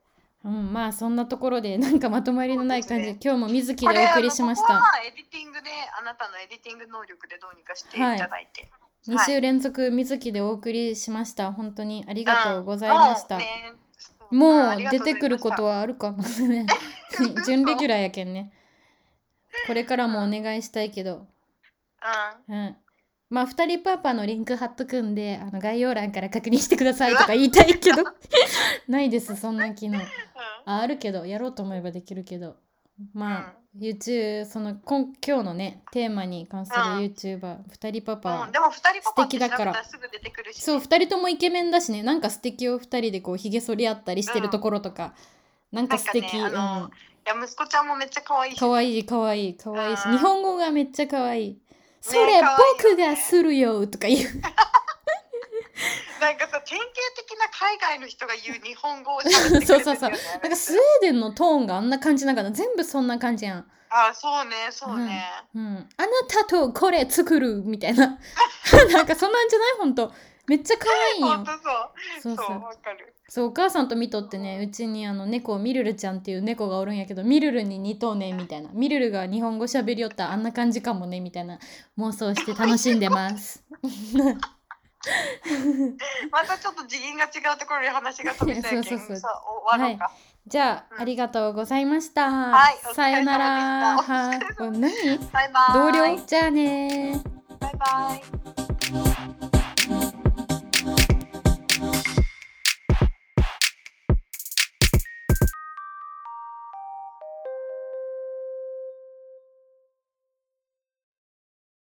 S1: うん、まあそんなところで なんかまとまりのない感じ
S2: そう
S1: で
S2: で
S1: 今日も水木
S2: これ
S1: でお送りしまし
S2: あの
S1: た
S2: ここはエディティングであなたのエディティング能力でどうにかしていただいて。
S1: 2
S2: はい
S1: 週連続水木でお送りしました本当にありがとうござい
S2: うん
S1: ました、
S2: もうねそう
S1: も
S2: あ
S1: う
S2: りが
S1: 出
S2: うございました
S1: てくることはあるかもね
S2: 嘘
S1: 準レギュラーやけんねこれからもお願いしたいけどうんまあ、2人パパのリンク貼っとくんで、あの概要欄から確認してくださいとか言いたい けど、ないです、そんな機能。
S2: う
S1: ああるけど、やろうと思えばできるけど、まあ、
S2: う
S1: YouTube、その今今日のね、テーマに関する
S2: うん
S1: YouTuber、2人パパ
S2: ん。う
S1: は
S2: ん、でも二人パパ
S1: 素敵だから
S2: って調べたらすぐ出てくるしね、
S1: そう、2人ともイケメンだしね、なんか素敵を2人でこう、ひげ剃り合ったりしてるところとか、なんか素敵、
S2: なんかねあの
S1: うん、
S2: いや息子ちゃんもめっちゃ可愛いし。
S1: かわいいかわいいかわいいし
S2: うん
S1: 日本語がめっちゃかわいい、そ
S2: 可愛い
S1: れ
S2: よね
S1: 僕がするよとか言う
S2: なんかさ典型的な海外の人が言う日本語を喋ってくれてるよね
S1: そうそうそうなんかスウェーデンのトーンがあんな感じなんかな全部そんな感じやん。
S2: あそうねそうね、
S1: うん、あなたとこれ作るみたい な。なんかそんなんじゃないほんと。めっちゃ可愛い
S2: ほ
S1: よ
S2: んと。そ
S1: そ
S2: う
S1: うそ
S2: そう
S1: う。
S2: わかる
S1: そう、お母さんと見とってね、うちにあの猫、ミルルちゃんっていう猫がおるんやけど、ミルルに似とうねみたいな。ミルルが日本語喋りよったらあんな感じかもねみたいな妄想して楽しんで ます。
S2: またちょっと次元が違うところに話が飛びたいけ ん
S1: そうそうそう
S2: さ終わろうか、
S1: じゃ
S2: う
S1: あ、
S2: ん
S1: ありがとうございました。
S2: はいお疲れ様でした
S1: さよなら。
S2: お疲れ様
S1: は
S2: でし
S1: い。何
S2: バイバ
S1: 同
S2: イ
S1: 僚じゃあねー。
S2: バイバイ